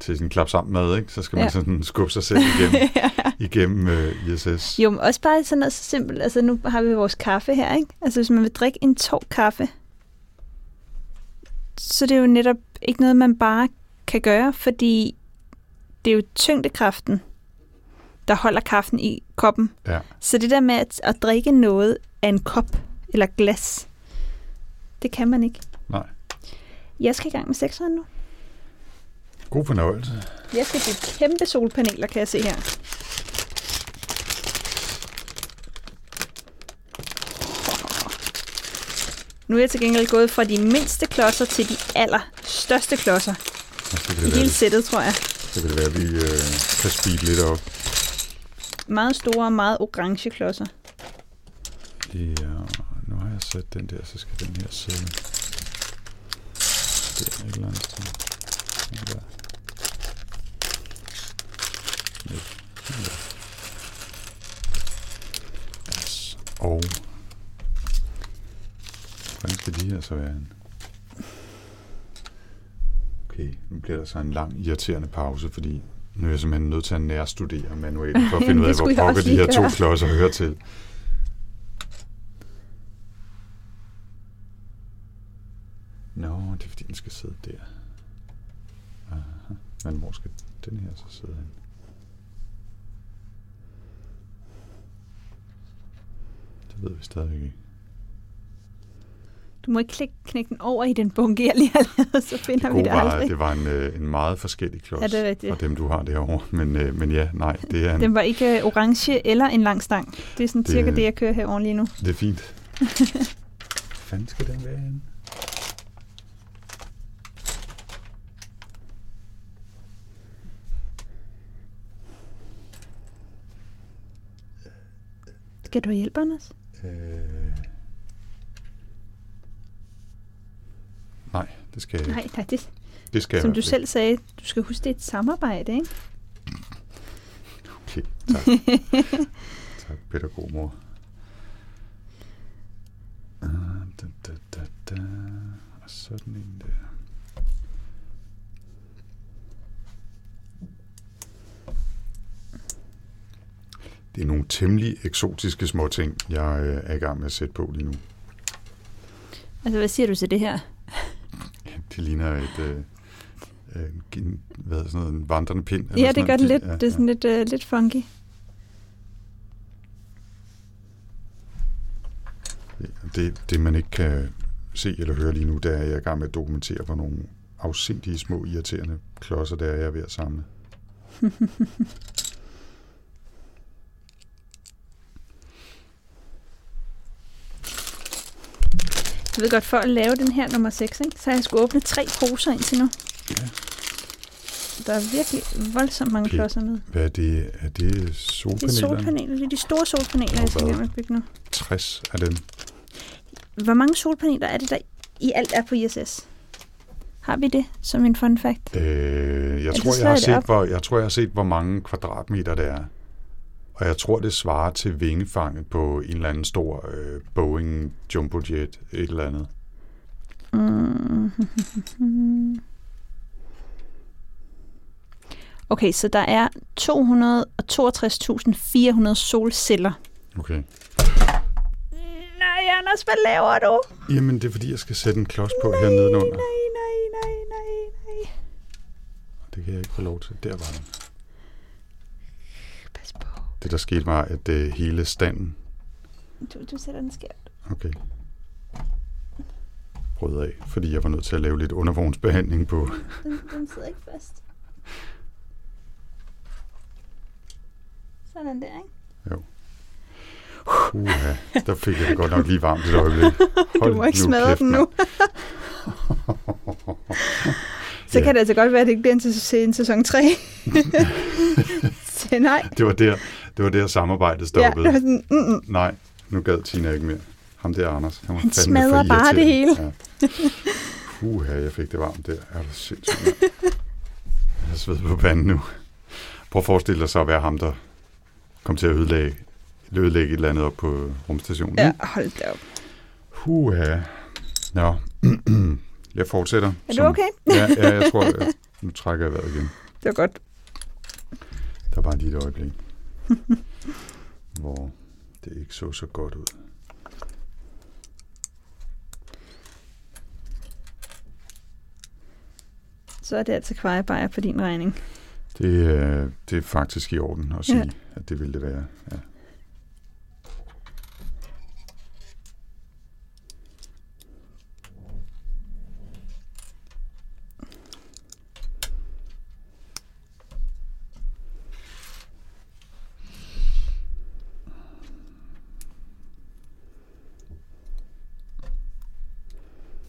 [SPEAKER 1] til sin klap sammen mad, ikke? så skal man
[SPEAKER 2] Ja.
[SPEAKER 1] ja. sådan skubbe sig selv igennem, igennem øh, ISS.
[SPEAKER 2] Jo, men også bare sådan noget så simpelt. Altså, nu har vi vores kaffe her, ikke? Altså, hvis man vil drikke en tår kaffe, så det er jo netop ikke noget, man bare kan gøre, fordi det er jo tyngdekraften, der holder kraften i koppen.
[SPEAKER 1] Ja.
[SPEAKER 2] Så det der med at, at drikke noget af en kop eller glas, det kan man ikke.
[SPEAKER 1] Nej.
[SPEAKER 2] Jeg skal i gang med sekseren nu.
[SPEAKER 1] God fornøjelse.
[SPEAKER 2] Jeg skal bygge kæmpe solpaneler, kan jeg se her. Nu er jeg til gengæld gået fra de mindste klodser til de allerstørste klodser
[SPEAKER 1] Og Så kan
[SPEAKER 2] i
[SPEAKER 1] det være,
[SPEAKER 2] hele sættet, tror jeg.
[SPEAKER 1] så kan det være at vi øh, kan speede lidt op.
[SPEAKER 2] Meget store og meget orange klodser.
[SPEAKER 1] Ja, øh, nu har jeg sat den der, så skal den her sidde. Der et eller andet sted. Den der. Lidt. Den der. Yes. Og hvordan skal de her så være henne? Okay, nu bliver der så en lang irriterende pause, fordi nu er jeg simpelthen nødt til at nærstudere manualen for at finde ud af,
[SPEAKER 2] Det
[SPEAKER 1] hvor
[SPEAKER 2] skulle jeg
[SPEAKER 1] pokker
[SPEAKER 2] også
[SPEAKER 1] de her
[SPEAKER 2] lige
[SPEAKER 1] to
[SPEAKER 2] gøre.
[SPEAKER 1] klodser hører til. Nå, det er fordi, den skal sidde der. Aha. Men hvor skal den her så sidde hen? Det ved vi stadigvæk ikke.
[SPEAKER 2] Du må ikke klik, knække den over i den bunke, jeg lige har lavet, så finder vi
[SPEAKER 1] gode
[SPEAKER 2] det
[SPEAKER 1] var,
[SPEAKER 2] aldrig.
[SPEAKER 1] at det var en, øh, en meget forskellig klods
[SPEAKER 2] Ja, det er rigtigt.
[SPEAKER 1] fra dem, du har derovre. Men, øh, men ja, nej, det er, en,
[SPEAKER 2] Den var ikke øh, orange eller en lang stang. Det er sådan
[SPEAKER 1] Det-
[SPEAKER 2] det... cirka det, jeg kører herovre lige nu.
[SPEAKER 1] det er fint. Hvor fanden skal den være henne?
[SPEAKER 2] Skal du have hjælp, Anders?
[SPEAKER 1] Øh... Nej, det skal jeg ikke.
[SPEAKER 2] Nej, nej det,
[SPEAKER 1] Det skal jeg
[SPEAKER 2] som
[SPEAKER 1] i hvert
[SPEAKER 2] du
[SPEAKER 1] fald
[SPEAKER 2] selv sagde, du skal huske, det er et samarbejde, ikke?
[SPEAKER 1] ikke. Okay, tak. tak, pædagogmor. Ah, Da, da, da, da. Og sådan en der. Det er nogle temmelig eksotiske små ting, jeg øh, er i gang med at sætte på lige nu.
[SPEAKER 2] Altså, hvad siger du til det her?
[SPEAKER 1] Det ligner et, øh, øh, en, hvad hedder sådan noget, en vandrende pind. eller
[SPEAKER 2] Ja,
[SPEAKER 1] sådan
[SPEAKER 2] det gør
[SPEAKER 1] noget.
[SPEAKER 2] den lidt,
[SPEAKER 1] Ja,
[SPEAKER 2] det er sådan lidt, øh, lidt funky.
[SPEAKER 1] Det, det, man ikke kan se eller høre lige nu, det er, at jeg er i gang med at dokumentere, hvor nogle afsindige små irriterende klodser, der er jeg er ved at samle.
[SPEAKER 2] Jeg ved godt, for at lave den her nummer 6, ikke? så har jeg skulle åbne tre poser indtil nu.
[SPEAKER 1] Ja.
[SPEAKER 2] Der er virkelig voldsomt mange
[SPEAKER 1] Okay.
[SPEAKER 2] klodser med.
[SPEAKER 1] Hvad er det? Er det
[SPEAKER 2] Det er
[SPEAKER 1] solpaneler?
[SPEAKER 2] solpaneler. Det er de store solpaneler, jeg skal
[SPEAKER 1] Hvad?
[SPEAKER 2] gerne bygge nu.
[SPEAKER 1] 60 af dem.
[SPEAKER 2] Hvor mange solpaneler er det, der i alt er på ISS? Har vi det som en fun fact?
[SPEAKER 1] Øh, jeg,
[SPEAKER 2] så
[SPEAKER 1] tror,
[SPEAKER 2] slår
[SPEAKER 1] jeg, har
[SPEAKER 2] jeg det
[SPEAKER 1] set,
[SPEAKER 2] op.
[SPEAKER 1] hvor, jeg tror, jeg har set, hvor mange kvadratmeter det er. Og jeg tror, det svarer til vingefanget på en eller anden stor øh, Boeing jumbojet, et eller andet.
[SPEAKER 2] Mm. Okay, så der er 262.400 solceller.
[SPEAKER 1] Okay.
[SPEAKER 2] Nej, Anders, hvad laver du?
[SPEAKER 1] Jamen, det er fordi, jeg skal sætte en klods på her nedenunder.
[SPEAKER 2] Nej, nej, nej, nej, nej.
[SPEAKER 1] Det kan jeg ikke få lov til. Der var den.
[SPEAKER 2] Pas på.
[SPEAKER 1] Det, der skete, var, at øh, hele standen
[SPEAKER 2] Du, du sætter den skævt.
[SPEAKER 1] Okay. Brød af, fordi jeg var nødt til at lave lidt undervognsbehandling på.
[SPEAKER 2] Den, den sidder ikke fast. Sådan der, ikke?
[SPEAKER 1] Uha, der fik jeg det godt nok lige varmt et øjeblik. Hold
[SPEAKER 2] Du må ikke smadre
[SPEAKER 1] kæft,
[SPEAKER 2] den nu.
[SPEAKER 1] mand.
[SPEAKER 2] Så
[SPEAKER 1] Ja.
[SPEAKER 2] kan det altså godt være, at det ikke bliver en, til en sæson 3. så nej.
[SPEAKER 1] Det var der, det var der samarbejdet
[SPEAKER 2] Ja,
[SPEAKER 1] stoppede.
[SPEAKER 2] det var sådan, mm, mm.
[SPEAKER 1] Nej, nu gad Tina ikke mere. Ham der, Anders. Han, var
[SPEAKER 2] Han
[SPEAKER 1] fandme for
[SPEAKER 2] smadrer bare det
[SPEAKER 1] irriterende. Ja. Uha, jeg fik det varmt der. Er du sindssygt, mand. Jeg sveder på panden nu. Prøv at forestille dig så at være ham, der kom til at ødelægge, ødelægge et eller andet op på rumstationen.
[SPEAKER 2] ja
[SPEAKER 1] ikke?
[SPEAKER 2] hold da op.
[SPEAKER 1] Puha. Nå, jeg fortsætter.
[SPEAKER 2] Er du okay?
[SPEAKER 1] ja, ja, jeg tror, jeg, nu trækker jeg vejret igen.
[SPEAKER 2] Det var godt.
[SPEAKER 1] Der var lige et øjeblik, hvor det ikke så så godt ud.
[SPEAKER 2] så er det altså kvejebajer på din regning.
[SPEAKER 1] Det, øh, det er faktisk i orden at sige, ja. at det ville det være. Ja.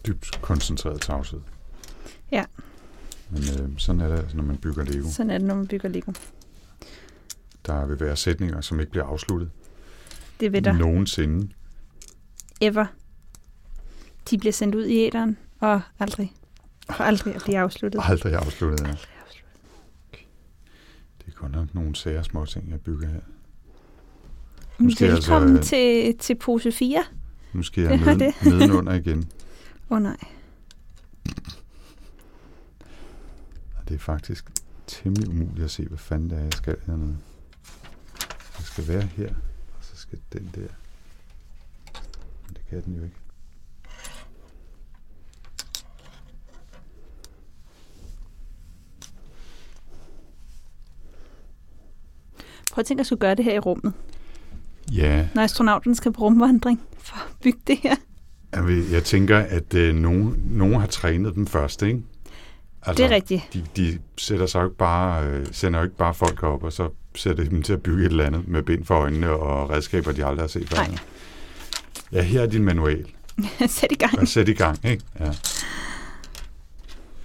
[SPEAKER 1] Dybt koncentreret tavshed.
[SPEAKER 2] Ja.
[SPEAKER 1] Men øh, sådan er det, altså, når man bygger Lego.
[SPEAKER 2] Sådan er det, når man bygger Lego.
[SPEAKER 1] Der vil være sætninger, som ikke bliver afsluttet
[SPEAKER 2] Det ved der
[SPEAKER 1] nogensinde.
[SPEAKER 2] ever. De bliver sendt ud i æderen, og aldrig. Og aldrig at blive afsluttet.
[SPEAKER 1] Aldrig afsluttet. Ja. Det er godt nok nogle sære små ting, jeg bygger her.
[SPEAKER 5] Men
[SPEAKER 1] skal jeg altså,
[SPEAKER 5] velkommen
[SPEAKER 1] øh,
[SPEAKER 5] altså, til, til pose 4.
[SPEAKER 1] Nu skal jeg
[SPEAKER 2] Det var
[SPEAKER 1] neden, nedenunder igen.
[SPEAKER 2] Åh oh, nej.
[SPEAKER 1] Og Det er faktisk temmelig umuligt at se, hvad fanden det er, jeg skal hernede. Jeg skal være her, og så skal den der. Men det kan den jo ikke.
[SPEAKER 5] Prøv at tænke, at jeg skulle gøre det her i rummet,
[SPEAKER 1] Ja,
[SPEAKER 5] når astronauten skal på rumvandring for at bygge det her.
[SPEAKER 1] jeg ved- jeg tænker, at øh, nogen, nogen har trænet dem først, ikke? Altså,
[SPEAKER 5] Det er rigtigt.
[SPEAKER 1] De, de sætter sig jo ikke bare, øh, sender jo ikke bare folk op, og så sætter de dem til at bygge et eller andet med bind for øjnene og redskaber, de aldrig har set før.
[SPEAKER 5] Nej.
[SPEAKER 1] Ja, her er din manual.
[SPEAKER 5] Sæt i gang.
[SPEAKER 1] Og sæt i gang, ikke? Ja.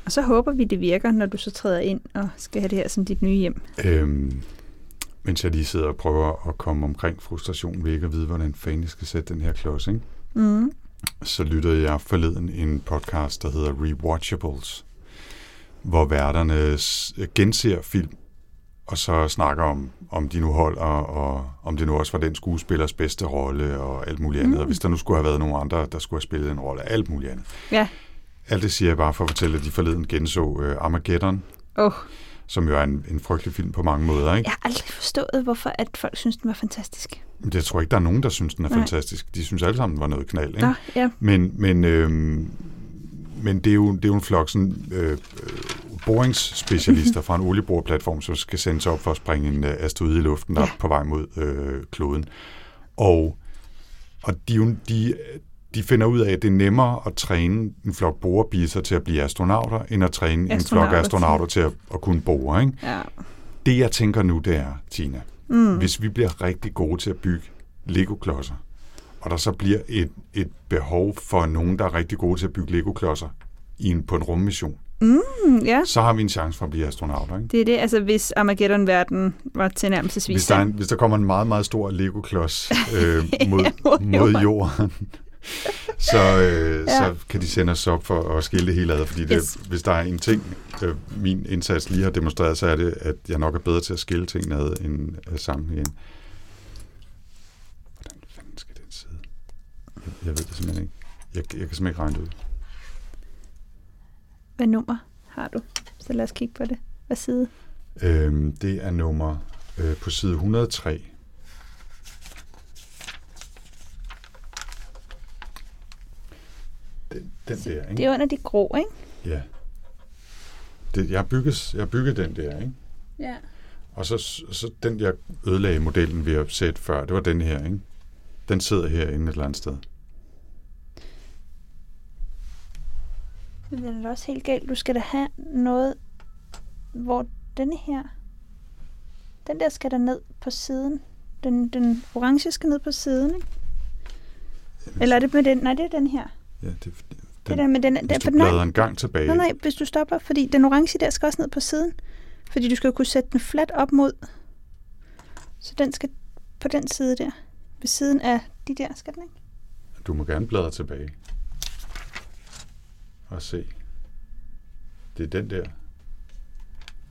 [SPEAKER 2] Og så håber vi, det virker, når du så træder ind og skal have det her som dit nye hjem.
[SPEAKER 1] Øhm, mens jeg lige sidder og prøver at komme omkring frustrationen ved ikke at vide, hvordan fanden jeg skal sætte den her klods, ikke?
[SPEAKER 2] Mm.
[SPEAKER 1] så lyttede jeg forleden en podcast, der hedder Rewatchables, hvor værterne s- genser film, og så snakker om, om de nu holder, og om det nu også var den skuespillers bedste rolle, og alt muligt andet. Mm. Og hvis der nu skulle have været nogen andre, der skulle have spillet en rolle, alt muligt andet.
[SPEAKER 2] Ja.
[SPEAKER 1] Alt det siger jeg bare for at fortælle, at de forleden genså øh, Armageddon,
[SPEAKER 2] Åh, oh,
[SPEAKER 1] som jo er en, en frygtelig film på mange måder, ikke?
[SPEAKER 5] Jeg har aldrig forstået, hvorfor at folk synes, den var fantastisk.
[SPEAKER 1] Men Jeg tror ikke, der er nogen, der synes, den er
[SPEAKER 5] Nej.
[SPEAKER 1] fantastisk. De synes alle sammen, den var noget knald. Ikke?
[SPEAKER 5] Nå, ja.
[SPEAKER 1] Men, men, øhm, men det, er jo, det er jo en flok sådan, øh, øh, boringsspecialister fra en olieboreplatform, som skal sendes op for at springe en øh, asteroide i luften, der ja. er på vej mod øh, kloden. Og, og de, er jo- de, de finder ud af, at det er nemmere at træne en flok borebisser til at blive astronauter, end at træne en flok
[SPEAKER 5] Astronauter.
[SPEAKER 1] astronauter til at, at kunne bore. Ikke?
[SPEAKER 2] ja.
[SPEAKER 1] Det, jeg tænker nu, det er, Tina, mm. hvis vi bliver rigtig gode til at bygge Lego-klodser, og der så bliver et, et behov for nogen, der er rigtig gode til at bygge Lego-klodser i en, på en rummission,
[SPEAKER 2] Mm, ja.
[SPEAKER 1] så har vi en chance for at blive astronauter. Ikke?
[SPEAKER 2] Det er det, altså hvis Armageddon-verden var til nærmest
[SPEAKER 1] Hvis, der er en, hvis der kommer en meget, meget stor Lego-klods øh, mod,
[SPEAKER 2] mod
[SPEAKER 1] mod
[SPEAKER 2] jorden.
[SPEAKER 1] jorden, så, øh, ja.
[SPEAKER 2] Ja.
[SPEAKER 1] så kan de sende os op for at skille det hele ad. Fordi det,
[SPEAKER 2] Yes.
[SPEAKER 1] hvis der er en ting, øh, min indsats lige har demonstreret, så er det, at jeg nok er bedre til at skille tingene ad end øh, sammen igen. Hvordan fanden skal den sidde? Jeg, jeg ved det simpelthen ikke. Jeg, jeg kan simpelthen ikke regne det ud.
[SPEAKER 2] Hvad nummer har du? Så lad os kigge på det. Hvad side?
[SPEAKER 1] Øhm, det er nummer øh, på side 103. Den, den der,
[SPEAKER 2] Det
[SPEAKER 1] ikke?
[SPEAKER 2] er under de grå, ikke?
[SPEAKER 1] Ja. Det, jeg, har bygget, jeg har bygget den der, ikke?
[SPEAKER 2] Ja.
[SPEAKER 1] Og så, så den, jeg ødelagde modellen ved at sætte før, det var den her, ikke? Den sidder herinde et eller andet sted.
[SPEAKER 5] Men den er da også helt galt. Du skal da have noget, hvor denne her, den der skal da ned på siden. Den, den orange skal ned på siden, ikke? Eller er det med den? Nej, det er den her. Den,
[SPEAKER 1] Ja, det, den,
[SPEAKER 5] det der med den, den
[SPEAKER 1] hvis du
[SPEAKER 5] for, nej,
[SPEAKER 1] bladrer en gang tilbage,
[SPEAKER 5] nej, nej, hvis du stopper, fordi den orange der skal også ned på siden. Fordi du skal jo kunne sætte den fladt op mod. Så den skal på den side der. Ved siden af de der, skal den ikke?
[SPEAKER 1] du må gerne bladre tilbage. Og se. Det er den der.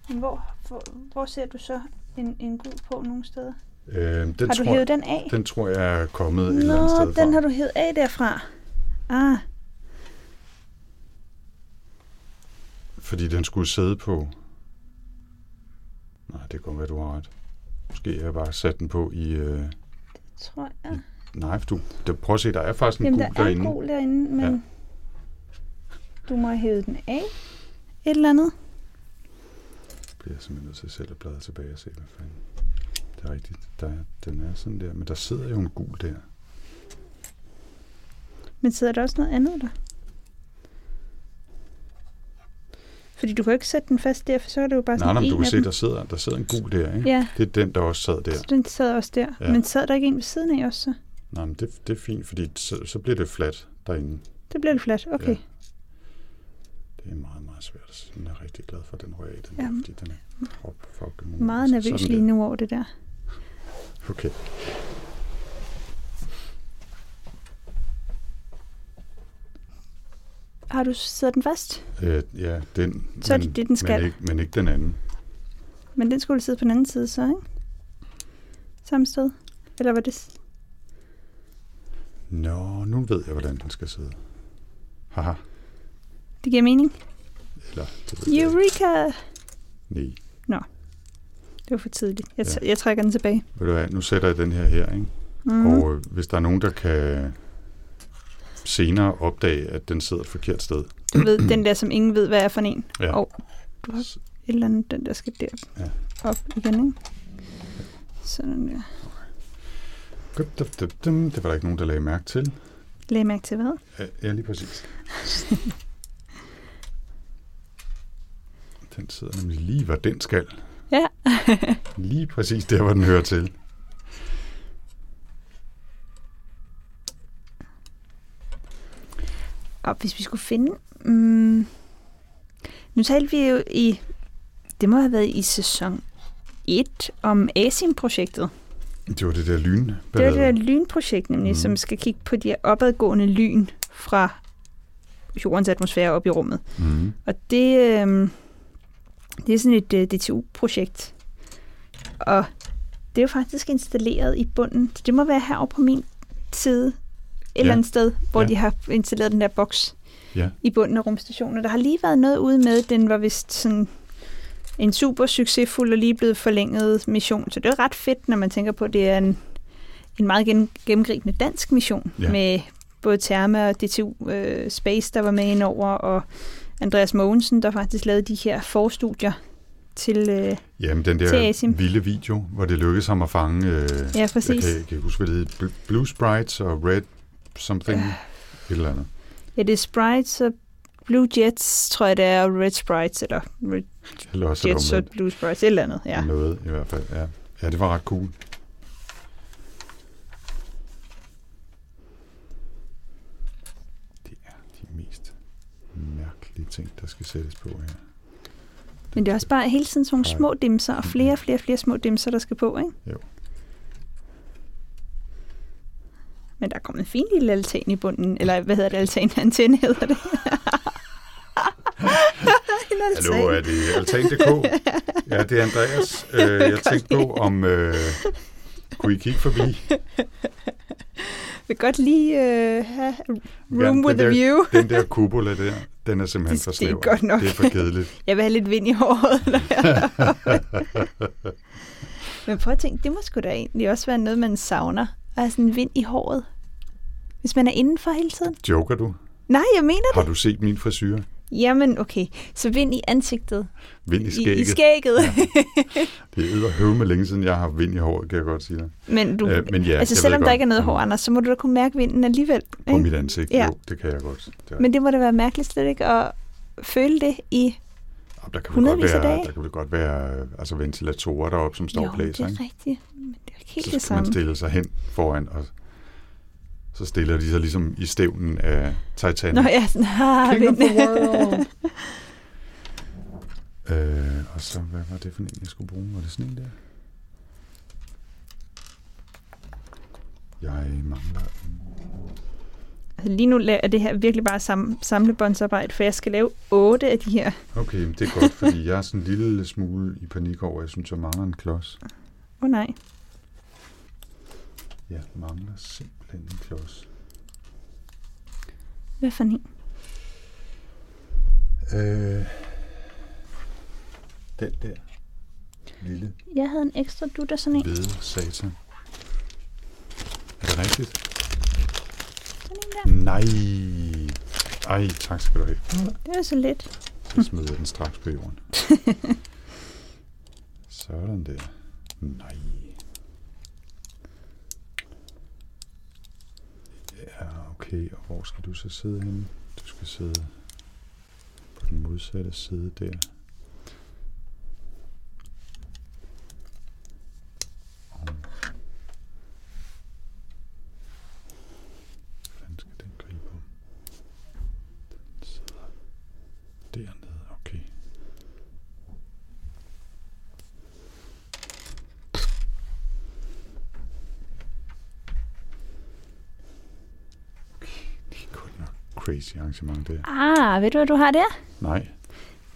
[SPEAKER 5] Men hvor, hvor, hvor ser du så en, en gul på nogle steder?
[SPEAKER 1] Øh, den
[SPEAKER 5] Har du
[SPEAKER 1] tror,
[SPEAKER 5] hævet den af?
[SPEAKER 1] Den tror jeg er kommet et eller andet
[SPEAKER 5] Nå,
[SPEAKER 1] sted fra.
[SPEAKER 5] den har du hævet af derfra. Ah,
[SPEAKER 1] Fordi den skulle sidde på... Nej, det kan godt være, du har ret. Måske har jeg bare sat den på i... Øh...
[SPEAKER 5] tror jeg.
[SPEAKER 1] Nej, for du... Det, prøv at se, der er faktisk en
[SPEAKER 5] Jamen,
[SPEAKER 1] gul
[SPEAKER 5] der er en
[SPEAKER 1] derinde.
[SPEAKER 5] gul derinde, men
[SPEAKER 1] Ja.
[SPEAKER 5] ja. du må have hævet den af. Et eller andet.
[SPEAKER 1] bliver jeg simpelthen nødt til selv at bladre tilbage og se, hvad fanden. Det er rigtigt. Der, er- den er sådan der, men der sidder jo en gul der.
[SPEAKER 2] Men sidder der også noget andet der? Fordi du kan jo ikke sætte den fast der, for så er det jo bare
[SPEAKER 1] Nej,
[SPEAKER 2] sådan
[SPEAKER 1] nej, men
[SPEAKER 2] en
[SPEAKER 1] du kan
[SPEAKER 2] af
[SPEAKER 1] se,
[SPEAKER 2] dem.
[SPEAKER 1] der sidder, der sidder en gul der, ikke?
[SPEAKER 2] Ja,
[SPEAKER 1] Det er den, der også sad der.
[SPEAKER 2] så den sad også der.
[SPEAKER 1] Ja.
[SPEAKER 2] Ja. Men sad der ikke en ved siden af også så?
[SPEAKER 1] Nej, men det, det er fint, fordi så, så bliver det fladt derinde.
[SPEAKER 2] Det blev det fladt. Okay.
[SPEAKER 1] Ja. Det er meget, meget svært. at sige. Den er jeg rigtig glad for, at den røg af, den
[SPEAKER 2] Ja.
[SPEAKER 1] ja. fordi den er op fucking
[SPEAKER 2] Ja. Meget nervøs lige nu over det der.
[SPEAKER 1] Okay.
[SPEAKER 2] Har du sidder den fast?
[SPEAKER 1] Øh, ja, den.
[SPEAKER 2] Så er det det, den skal.
[SPEAKER 1] Men ikke, men ikke den anden.
[SPEAKER 2] Men den skulle sidde på den anden side så, ikke? Samme sted? Eller var det... s-
[SPEAKER 1] Nå, nu ved jeg, hvordan den skal sidde. Haha.
[SPEAKER 2] Det giver mening.
[SPEAKER 1] Eller, det ved jeg ikke.
[SPEAKER 2] Eureka!
[SPEAKER 1] Nej.
[SPEAKER 2] Det var for tidligt. Jeg,
[SPEAKER 1] Ja.
[SPEAKER 2] ja. jeg trækker den tilbage.
[SPEAKER 1] Ved du hvad, nu sætter jeg den her her, ikke?
[SPEAKER 2] Mm.
[SPEAKER 1] Mm. Og øh, hvis der er nogen, der kan senere opdage, at den sidder et forkert sted.
[SPEAKER 2] Du ved, den der, som ingen ved, hvad er for en.
[SPEAKER 1] Ja.
[SPEAKER 2] Og du har
[SPEAKER 1] S-
[SPEAKER 2] et eller andet, den der skal der
[SPEAKER 1] Ja.
[SPEAKER 2] ja. op igen, ikke? Sådan der.
[SPEAKER 1] Gup, dup, dup, dum. Det var der ikke nogen, der lagde mærke til.
[SPEAKER 2] Læg mærke til hvad?
[SPEAKER 1] Ja, Ja, lige præcis. den sidder nemlig lige, hvor den skal.
[SPEAKER 2] Ja.
[SPEAKER 1] lige præcis der, hvor den hører til.
[SPEAKER 2] Og hvis vi skulle finde... Mm, nu talte vi jo i... Det må have været i sæson 1 om ASIM-projektet.
[SPEAKER 1] Det var det der lyn.
[SPEAKER 2] Det er det der lynprojekt nemlig,
[SPEAKER 1] Mhm.
[SPEAKER 2] mm. som skal kigge på de her opadgående lyn fra jordens atmosfære op i rummet.
[SPEAKER 1] Mm.
[SPEAKER 2] Og det, øh, det er sådan et øh, DTU-projekt. Og det er jo faktisk installeret i bunden. Så det må være herovre på min side, et ja.
[SPEAKER 1] Ja.
[SPEAKER 2] eller andet sted, hvor
[SPEAKER 1] Ja.
[SPEAKER 2] ja. de har installeret den der boks
[SPEAKER 1] Ja.
[SPEAKER 2] i bunden af rumstationen. Og der har lige været noget ude med, den var vist sådan en super succesfuld og lige blevet forlænget mission. Så det er ret fedt, når man tænker på, at det er en, en meget gen- gennemgribende dansk mission
[SPEAKER 1] Ja.
[SPEAKER 2] ja. med både Therma og DTU øh, Space, der var med indover, og Andreas Mogensen, der faktisk lavede de her forstudier til... Øh,
[SPEAKER 1] Jamen, den
[SPEAKER 2] Til
[SPEAKER 1] der
[SPEAKER 2] Asim.
[SPEAKER 1] vilde video, hvor det lykkedes ham at fange... Øh,
[SPEAKER 2] ja,
[SPEAKER 1] Jeg
[SPEAKER 2] præcis.
[SPEAKER 1] kan, jeg kan huske, hvad det hed. Bl- Blue Sprites og Red something.
[SPEAKER 2] Ja.
[SPEAKER 1] Et eller andet.
[SPEAKER 2] Ja, det er Sprites og Blue Jets, tror jeg det er, og Red Sprites, eller Red
[SPEAKER 1] Eller også er det
[SPEAKER 2] Jets og
[SPEAKER 1] omvendt.
[SPEAKER 2] Blue Sprites, et eller andet, ja.
[SPEAKER 1] Noget i hvert fald, ja. Ja, det var ret cool. Det er de mest mærkelige ting, der skal sættes på her.
[SPEAKER 2] Men det er også bare hele tiden sådan nogle
[SPEAKER 1] Nej.
[SPEAKER 2] små dimser, og flere og flere, flere små dimser, der skal på, ikke?
[SPEAKER 1] Mm-hmm. Jo.
[SPEAKER 2] Men der er kommet en fin lille altan i bunden, eller hvad hedder det, altan? Antenne hedder det. en altan.
[SPEAKER 1] Hallo, er det Altan.dk? ja, det er Andreas. Øh, jeg tænkte på, om øh, kunne I kigge forbi?
[SPEAKER 2] Jeg vil godt lige øh, have room
[SPEAKER 1] den
[SPEAKER 2] with
[SPEAKER 1] der,
[SPEAKER 2] a view.
[SPEAKER 1] Den der cupola der, den er simpelthen
[SPEAKER 2] Det-
[SPEAKER 1] for
[SPEAKER 2] det er
[SPEAKER 1] snæver.
[SPEAKER 2] godt nok.
[SPEAKER 1] Det er for kedeligt.
[SPEAKER 2] Jeg vil have lidt vind i håret, når jeg er deroppe. Men prøv at tænke, det må sgu da egentlig også være noget, man savner. At have sådan vind i håret. Hvis man er indenfor hele tiden.
[SPEAKER 1] Joker du?
[SPEAKER 2] Nej, jeg mener det.
[SPEAKER 1] Har du set min frisyr?
[SPEAKER 2] Jamen, okay. Så vind i ansigtet.
[SPEAKER 1] Vind i
[SPEAKER 2] I, i
[SPEAKER 1] skægget.
[SPEAKER 2] skægget. Ja.
[SPEAKER 1] Det er edderhøve med længe siden, jeg har haft vind i håret, kan jeg godt sige dig.
[SPEAKER 2] men du,
[SPEAKER 1] Øh, men ja,
[SPEAKER 2] altså,
[SPEAKER 1] jeg ved
[SPEAKER 2] selvom der
[SPEAKER 1] godt. Mm.
[SPEAKER 2] ikke er noget hår, Anders, så må du da kunne mærke vinden alligevel.
[SPEAKER 1] På
[SPEAKER 2] ikke?
[SPEAKER 1] mit ansigt, ja.
[SPEAKER 2] Ja.
[SPEAKER 1] jo, det kan jeg godt. Der,
[SPEAKER 2] Men det må da være mærkeligt slet ikke at føle det i...
[SPEAKER 1] der kan vel godt
[SPEAKER 2] hundredvis af
[SPEAKER 1] være,
[SPEAKER 2] dage.
[SPEAKER 1] der kan vel godt være øh, altså ventilatorer deroppe, som står
[SPEAKER 2] jo,
[SPEAKER 1] og
[SPEAKER 2] det
[SPEAKER 1] blæser.
[SPEAKER 2] er
[SPEAKER 1] Ikke?
[SPEAKER 2] rigtigt. Men det er jo ikke helt
[SPEAKER 1] Så
[SPEAKER 2] det
[SPEAKER 1] skal man
[SPEAKER 2] samme.
[SPEAKER 1] stille sig hen foran, og så stiller de sig ligesom i stævnen af Titanic.
[SPEAKER 2] Nå ja, sådan, ah,
[SPEAKER 1] King of
[SPEAKER 2] vind.
[SPEAKER 1] the world. øh, og så, hvad var det for en, jeg skulle bruge? Var det sådan en der? Jeg mangler en
[SPEAKER 2] Altså, Lige nu la- er det her virkelig bare sam- samlebåndsarbejde, for jeg skal lave otte af de her.
[SPEAKER 1] Okay, men det er godt, fordi jeg er sådan en lille smule i panik over, at jeg synes, jeg mangler en klods.
[SPEAKER 2] Åh oh, nej.
[SPEAKER 1] Jeg mangler simpelthen en klods.
[SPEAKER 2] Hvad for en?
[SPEAKER 1] Øh, den der lille
[SPEAKER 2] Jeg havde en ekstra du der sådan en.
[SPEAKER 1] hvide satan. Er det rigtigt?
[SPEAKER 2] Sådan en der.
[SPEAKER 1] Nej! Ej, tak skal du have.
[SPEAKER 2] Det er jo så let.
[SPEAKER 1] Så smider jeg den straks på jorden. Sådan der. Nej. Ja, okay. Og hvor skal du så sidde henne? Du skal sidde på den modsatte side der. Og Hvordan skal den gribe om? Den sidder dernede. Okay. Det er godt nok crazy arrangement der.
[SPEAKER 5] Ah, ved du, hvad du har der?
[SPEAKER 1] Nej,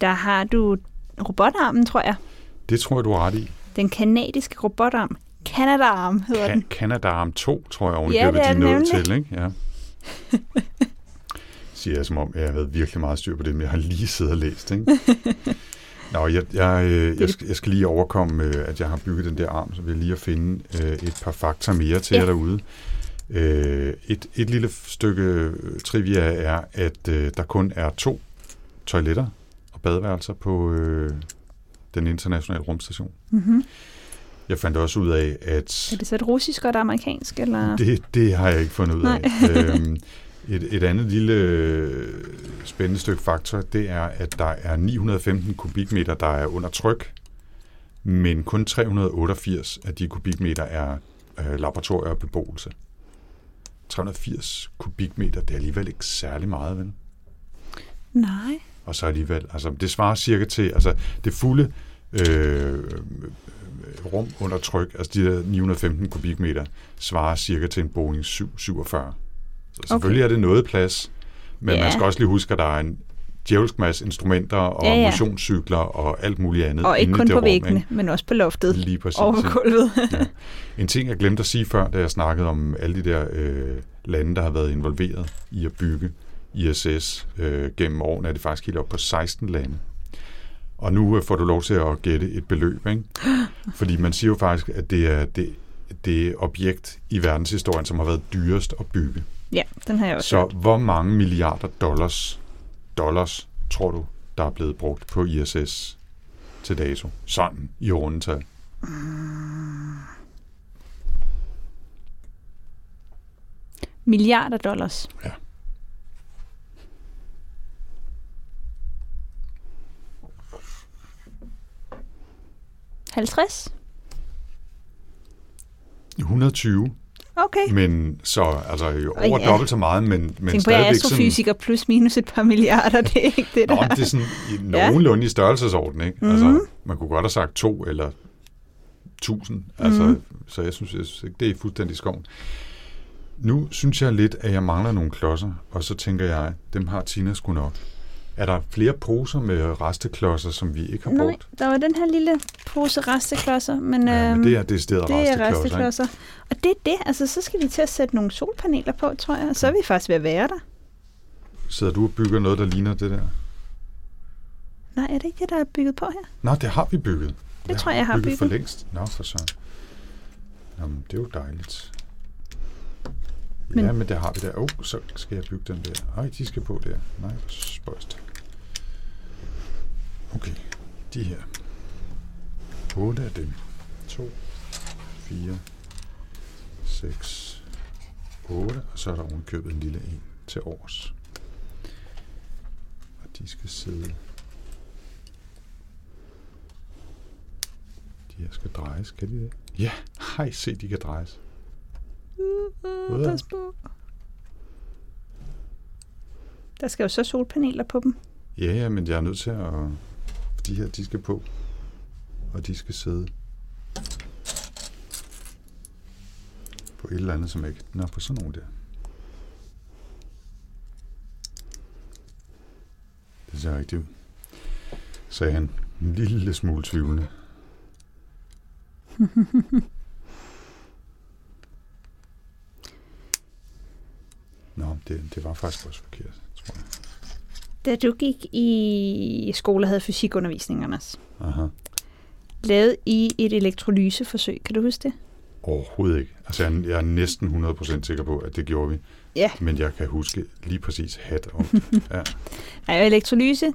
[SPEAKER 2] Der har du robotarmen, tror jeg.
[SPEAKER 1] det tror jeg, du har ret i.
[SPEAKER 2] Den kanadiske robotarm. Canada-arm hedder den.
[SPEAKER 1] Kan, Canada Arm 2, tror jeg, oven
[SPEAKER 2] Ja,
[SPEAKER 1] ja,
[SPEAKER 2] det er
[SPEAKER 1] de
[SPEAKER 2] det
[SPEAKER 1] nåede
[SPEAKER 2] nemlig.
[SPEAKER 1] til, ikke? Ja. Siger jeg, som om jeg har været virkelig meget styr på det, men jeg har lige siddet og læst, ikke? Nå, jeg, jeg, øh, jeg, skal, jeg skal lige overkomme, øh, at jeg har bygget den der arm, så vil jeg lige at finde øh, et par fakta mere til
[SPEAKER 5] Ja.
[SPEAKER 1] jer derude. Øh, et, et lille stykke øh, trivia er, at øh, der kun er to toiletter og badeværelser på øh, den internationale rumstation.
[SPEAKER 2] Mm-hmm.
[SPEAKER 1] Jeg fandt også ud af, at...
[SPEAKER 2] Er det så et russisk og et amerikansk? Eller?
[SPEAKER 1] Det, det har jeg ikke fundet ud af.
[SPEAKER 2] Nej.
[SPEAKER 1] øhm, et, et andet lille øh, spændende stykke faktor, det er, at der er 915 kubikmeter, der er under tryk, men kun 388 af de kubikmeter er øh, laboratorier og beboelse. 380 kubikmeter, det er alligevel ikke særlig meget, vel?
[SPEAKER 5] Nej.
[SPEAKER 1] Og så alligevel, altså det svarer cirka til, altså det fulde øh, øh, rum under tryk, altså de der 915 kubikmeter, svarer cirka til en Boeing 747. Så selvfølgelig er det noget plads, men
[SPEAKER 5] Ja.
[SPEAKER 1] man skal også lige huske, at der er en djævelsk masse instrumenter og
[SPEAKER 2] Ja,
[SPEAKER 1] ja,
[SPEAKER 2] ja.
[SPEAKER 1] ja. motionscykler og alt muligt andet.
[SPEAKER 2] Og ikke
[SPEAKER 1] inde i
[SPEAKER 2] kun
[SPEAKER 1] det
[SPEAKER 2] på
[SPEAKER 1] rum,
[SPEAKER 2] væggene,
[SPEAKER 1] ikke?
[SPEAKER 2] men også på loftet
[SPEAKER 1] Lige præcis.
[SPEAKER 2] og på
[SPEAKER 1] ikke?
[SPEAKER 2] gulvet.
[SPEAKER 1] En ting, jeg glemte at sige før, da jeg snakkede om alle de der øh, lande, der har været involveret i at bygge ISS øh, gennem årene, er det faktisk helt op på 16 lande. Og nu øh, får du lov til at gætte et beløb, ikke? Fordi man siger jo faktisk, at det er det, det objekt i verdenshistorien, som har været dyrest at bygge.
[SPEAKER 2] ja, den har jeg også.
[SPEAKER 1] Så hvor mange milliarder dollars, dollars tror du, der er blevet brugt på ISS til dato? Sådan i rundetal.
[SPEAKER 5] Milliarder dollars.
[SPEAKER 2] hørt. 50?
[SPEAKER 1] 120
[SPEAKER 2] Okay.
[SPEAKER 1] Men så, altså jo
[SPEAKER 2] Og
[SPEAKER 1] over
[SPEAKER 2] ja.
[SPEAKER 1] ja. dobbelt så meget, men, men
[SPEAKER 2] Tænk på, jeg er
[SPEAKER 1] stadigvæk sådan...
[SPEAKER 2] astrofysiker plus minus et par milliarder, det er ikke det
[SPEAKER 1] Nå,
[SPEAKER 2] der.
[SPEAKER 1] men det er sådan i nogenlunde i størrelsesorden, ikke? Mm-hmm.
[SPEAKER 5] Mhm.
[SPEAKER 1] Altså, man kunne godt have sagt to eller tusind, altså,
[SPEAKER 5] Mhm.
[SPEAKER 1] mm-hmm. så jeg synes, jeg synes ikke, det er fuldstændig skoven. Nu synes jeg lidt, at jeg mangler nogle klodser, og så tænker jeg, dem har Tina sgu nok. Er der flere poser med resteklodser, som vi ikke har
[SPEAKER 5] Nej,
[SPEAKER 1] brugt?
[SPEAKER 5] der var den her lille pose resteklodser, men,
[SPEAKER 1] Ja, men
[SPEAKER 5] øhm,
[SPEAKER 1] det er decideret
[SPEAKER 5] det er
[SPEAKER 1] resteklodser, ikke?
[SPEAKER 5] resteklodser. Og det er det, altså så skal vi til at sætte nogle solpaneler på, tror jeg, og så er vi faktisk ved at være der.
[SPEAKER 1] Sidder du og bygger noget, der ligner det der?
[SPEAKER 5] Nej, er det ikke det, der er bygget på her?
[SPEAKER 1] Nå, det har vi bygget. Det
[SPEAKER 5] tror jeg, jeg har
[SPEAKER 1] bygget. for
[SPEAKER 5] bygget.
[SPEAKER 1] længst. Nå, for søren. Jamen, det er jo dejligt.
[SPEAKER 2] Men-
[SPEAKER 1] Men... Ja, men det har vi der. Åh, oh, så skal jeg bygge den der. Nej, de skal på der. Nej, hvor spøjst. Okay, de her. 8 af dem. 2, 4, 6, 8. Og så er der ovenkøbet en lille en til års. Og de skal sidde De her skal drejes, kan de det? Ja, hej, se, de kan drejes.
[SPEAKER 2] Mm,
[SPEAKER 1] Ude.
[SPEAKER 2] pas på. Der skal jo så solpaneler på dem.
[SPEAKER 1] Ja, ja, men jeg er nødt til at... De her, de skal på. Og de skal sidde på et eller andet, som ikke... Nå, på sådan nogle der. Det ser rigtigt ud, sagde han. En lille smule tvivlende. Nå, det, det var faktisk også forkert, tror jeg.
[SPEAKER 2] Da du gik i skole og havde fysikundervisning, Anders,
[SPEAKER 1] Aha.
[SPEAKER 2] lavede I et elektrolyseforsøg, kan du huske det?
[SPEAKER 1] Overhovedet ikke. Altså, jeg, jeg er næsten 100% sikker på, at det gjorde vi.
[SPEAKER 2] Ja.
[SPEAKER 1] Men jeg kan huske lige præcis hat om ja.
[SPEAKER 2] Nej, og elektrolyse,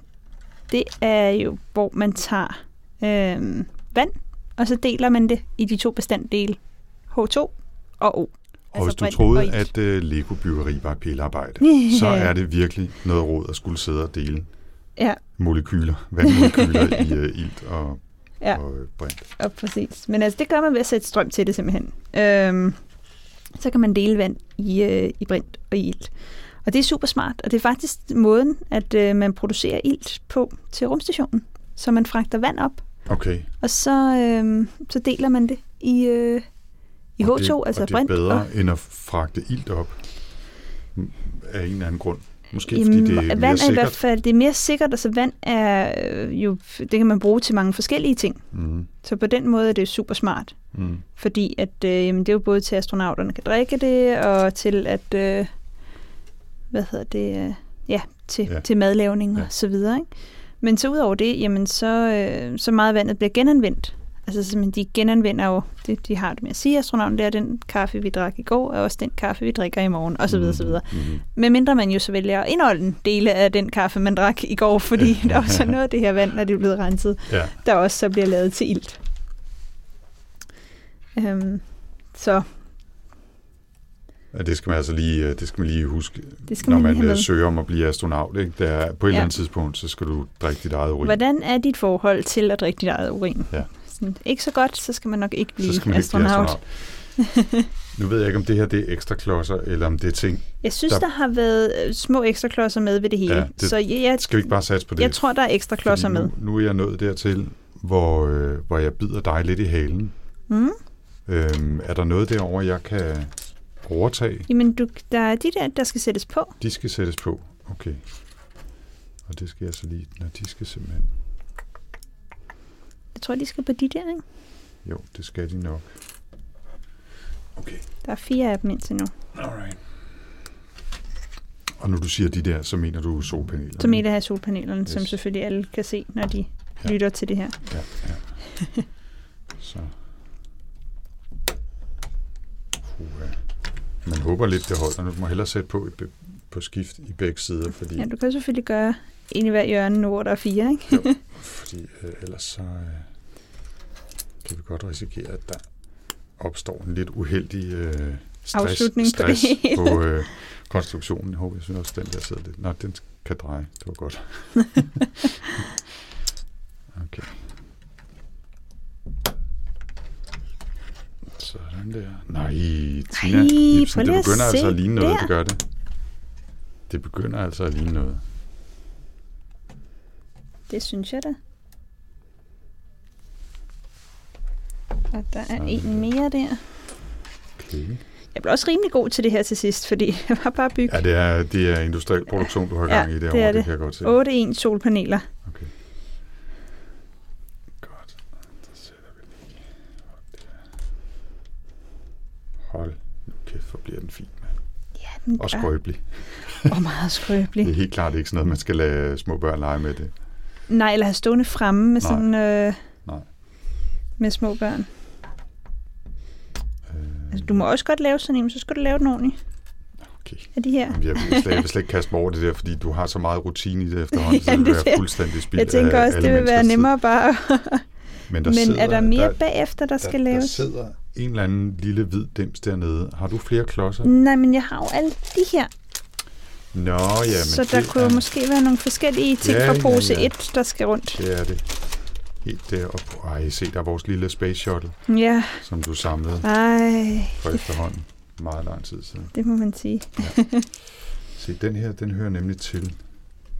[SPEAKER 2] det er jo, hvor man tager øh, vand og så deler man det i de to bestanddele, H2 og O.
[SPEAKER 1] Og hvis du
[SPEAKER 2] bredde og
[SPEAKER 1] troede,
[SPEAKER 2] ild.
[SPEAKER 1] at uh, Lego-byggeri var et pillearbejde,
[SPEAKER 2] Ja.
[SPEAKER 1] så er det virkelig noget råd at skulle sidde og dele
[SPEAKER 2] Ja.
[SPEAKER 1] molekyler, vandmolekyler i uh, ilt og,
[SPEAKER 2] Ja.
[SPEAKER 1] og øh, brint.
[SPEAKER 2] Og præcis. Men altså, det gør man ved at sætte strøm til det simpelthen. Øhm, så kan man dele vand i, øh, i brint og i ilt. Og det er super smart, og det er faktisk måden, at øh, man producerer ilt på til rumstationen. Så man fragter vand op,
[SPEAKER 1] Okay.
[SPEAKER 2] og så, øh, så deler man det i, øh, i H2,
[SPEAKER 1] og det,
[SPEAKER 2] altså
[SPEAKER 1] og det er
[SPEAKER 2] brint.
[SPEAKER 1] bedre
[SPEAKER 2] og,
[SPEAKER 1] end at fragte ilt op mm, af en eller anden grund. Måske
[SPEAKER 2] Jamen,
[SPEAKER 1] fordi det er mere
[SPEAKER 2] vand er i hvert
[SPEAKER 1] sikkert.
[SPEAKER 2] fald det er mere sikkert, altså vand er øh, jo, det kan man bruge til mange forskellige ting.
[SPEAKER 1] Mm,
[SPEAKER 2] Så på den måde er det super smart.
[SPEAKER 1] mm.
[SPEAKER 2] fordi at øh, jamen, det er jo både til, at astronauterne kan drikke det, og til at, øh, hvad hedder det, øh, ja, til,
[SPEAKER 1] Ja.
[SPEAKER 2] ja. til madlavning
[SPEAKER 1] Ja.
[SPEAKER 2] og så videre. Ikke? Men så ud over det, jamen, så, øh, så meget af vandet bliver genanvendt. Altså simpelthen, de genanvender jo, det, de har det med at sige, astronauten, det er den kaffe, vi drak i går, og også den kaffe, vi drikker i morgen, osv. Mm. osv.
[SPEAKER 1] Mm.
[SPEAKER 2] Men mindre man jo så vælger at indholde en dele af den kaffe, man drak i går, fordi der også er noget af det her vand, når det er blevet renset
[SPEAKER 1] Ja,
[SPEAKER 2] der også så bliver lavet til ilt. Øhm, så
[SPEAKER 1] og det skal man altså lige, øh, det skal man lige huske,
[SPEAKER 2] det skal
[SPEAKER 1] når
[SPEAKER 2] man,
[SPEAKER 1] man
[SPEAKER 2] lige have
[SPEAKER 1] øh,
[SPEAKER 2] med.
[SPEAKER 1] søger om at blive astronaut. Ikke? Det er, på et
[SPEAKER 2] Ja.
[SPEAKER 1] eller andet tidspunkt, så skal du drikke dit eget urin.
[SPEAKER 2] Hvordan er dit forhold til at drikke dit eget urin?
[SPEAKER 1] Ja.
[SPEAKER 2] Sådan, ikke så godt, så skal man nok ikke blive
[SPEAKER 1] så skal man
[SPEAKER 2] astronaut.
[SPEAKER 1] ikke blive astronaut. nu ved jeg ikke, om det her det er ekstra klodser, eller om det er ting.
[SPEAKER 2] Jeg synes,
[SPEAKER 1] Der-
[SPEAKER 2] der, der har været øh, små ekstra klodser med ved det hele.
[SPEAKER 1] Ja, det-
[SPEAKER 2] så jeg, jeg,
[SPEAKER 1] Skal vi ikke bare satse på det?
[SPEAKER 2] jeg tror, der er ekstra klodser
[SPEAKER 1] Fordi
[SPEAKER 2] med.
[SPEAKER 1] Nu, nu er jeg nået dertil, hvor, øh, hvor jeg bider dig lidt i halen.
[SPEAKER 2] Mm.
[SPEAKER 1] Øhm, er der noget derover, jeg kan overtage?
[SPEAKER 2] Jamen, du, der er de der, der skal sættes på.
[SPEAKER 1] De skal sættes på. Okay. Og det skal jeg så lige... Nå, de skal simpelthen...
[SPEAKER 2] Jeg tror, de skal på de der, ikke?
[SPEAKER 1] Jo, det skal de nok. Okay,
[SPEAKER 2] Der er fire af dem indtil nu.
[SPEAKER 1] alright. Og når du siger de der, så mener du solpaneler?
[SPEAKER 2] Som et af solpanelerne, yes. som
[SPEAKER 1] Yes.
[SPEAKER 2] selvfølgelig alle kan se, når de
[SPEAKER 1] Ja.
[SPEAKER 2] ja. lytter til det her.
[SPEAKER 1] Ja, ja. Så. Uha. Man håber lidt, det holder. Nu må hellere sætte på, i be- på skift i begge sider, fordi,
[SPEAKER 2] Ja, du kan selvfølgelig gøre en i hver hjørne nu, hvor der er fire, ikke?
[SPEAKER 1] fordi øh, ellers så øh, kan vi godt risikere, at der opstår en lidt uheldig øh, stress,
[SPEAKER 2] Afslutning på det
[SPEAKER 1] stress
[SPEAKER 2] hele.
[SPEAKER 1] på øh, konstruktionen. Jeg håber, jeg synes også, den der sidder lidt. Nå, den kan dreje. Det var godt. okay. Sådan der. Nej, Tina.
[SPEAKER 2] Ej,
[SPEAKER 1] Ibsen,
[SPEAKER 2] prøv
[SPEAKER 1] det
[SPEAKER 2] lige at
[SPEAKER 1] begynder altså
[SPEAKER 2] se
[SPEAKER 1] at ligne noget,
[SPEAKER 2] der.
[SPEAKER 1] det gør det. Det begynder altså at ligne noget.
[SPEAKER 2] Det synes jeg da. Og der er en mere der.
[SPEAKER 1] Okay.
[SPEAKER 2] Jeg blev også rimelig god til det her til sidst, fordi jeg var bare bygget
[SPEAKER 1] Ja, det er, det er industriel produktion, du har
[SPEAKER 2] Ja,
[SPEAKER 1] gang i
[SPEAKER 2] det er
[SPEAKER 1] derovre, det, det
[SPEAKER 2] det.
[SPEAKER 1] kan jeg godt se.
[SPEAKER 2] 8-1 solpaneler.
[SPEAKER 1] Okay. Godt. Så sætter vi lige. Hold der. Hold nu kæft, hvor bliver den fin, mand.
[SPEAKER 2] Ja, den
[SPEAKER 1] Og
[SPEAKER 2] gør.
[SPEAKER 1] skrøbelig.
[SPEAKER 2] Og meget skrøbelig.
[SPEAKER 1] Det er helt klart ikke sådan noget, man skal lade små børn lege med det.
[SPEAKER 2] Nej, eller have stående fremme med
[SPEAKER 1] Nej.
[SPEAKER 2] sådan... Øh,
[SPEAKER 1] Nej.
[SPEAKER 2] Med små børn.
[SPEAKER 1] Øh,
[SPEAKER 2] Altså, du må også godt lave sådan en, men så skal du lave den ordentligt
[SPEAKER 1] Okay.
[SPEAKER 2] af de her.
[SPEAKER 1] Jamen, Jeg vil, slet, jeg vil slet ikke kaste mig over det der, fordi du har så meget rutine i det efterhånden, så
[SPEAKER 2] Ja,
[SPEAKER 1] det vil
[SPEAKER 2] det
[SPEAKER 1] være
[SPEAKER 2] er-
[SPEAKER 1] fuldstændig spild
[SPEAKER 2] Jeg tænker
[SPEAKER 1] af
[SPEAKER 2] også,
[SPEAKER 1] alle
[SPEAKER 2] det vil
[SPEAKER 1] menneskers
[SPEAKER 2] være
[SPEAKER 1] tid.
[SPEAKER 2] nemmere bare...
[SPEAKER 1] Men,
[SPEAKER 2] Men er der mere
[SPEAKER 1] der,
[SPEAKER 2] bagefter, der skal
[SPEAKER 1] der, der
[SPEAKER 2] laves?
[SPEAKER 1] sidder en eller anden lille hvid dims dernede. Har du flere klodser?
[SPEAKER 2] Nej, men jeg har jo alle de her.
[SPEAKER 1] Nå, ja, men
[SPEAKER 2] så der
[SPEAKER 1] det
[SPEAKER 2] kunne
[SPEAKER 1] er,
[SPEAKER 2] måske være nogle forskellige ting
[SPEAKER 1] Ja,
[SPEAKER 2] fra
[SPEAKER 1] ja,
[SPEAKER 2] pose
[SPEAKER 1] ja.
[SPEAKER 2] 1, der skal rundt.
[SPEAKER 1] Det er det. Helt deroppe. Ej, se, der er vores lille space shuttle,
[SPEAKER 2] Ja,
[SPEAKER 1] som du samlede
[SPEAKER 2] ej,
[SPEAKER 1] for efterhånden meget lang tid siden.
[SPEAKER 2] det må man sige.
[SPEAKER 1] Se, den her, den hører nemlig til.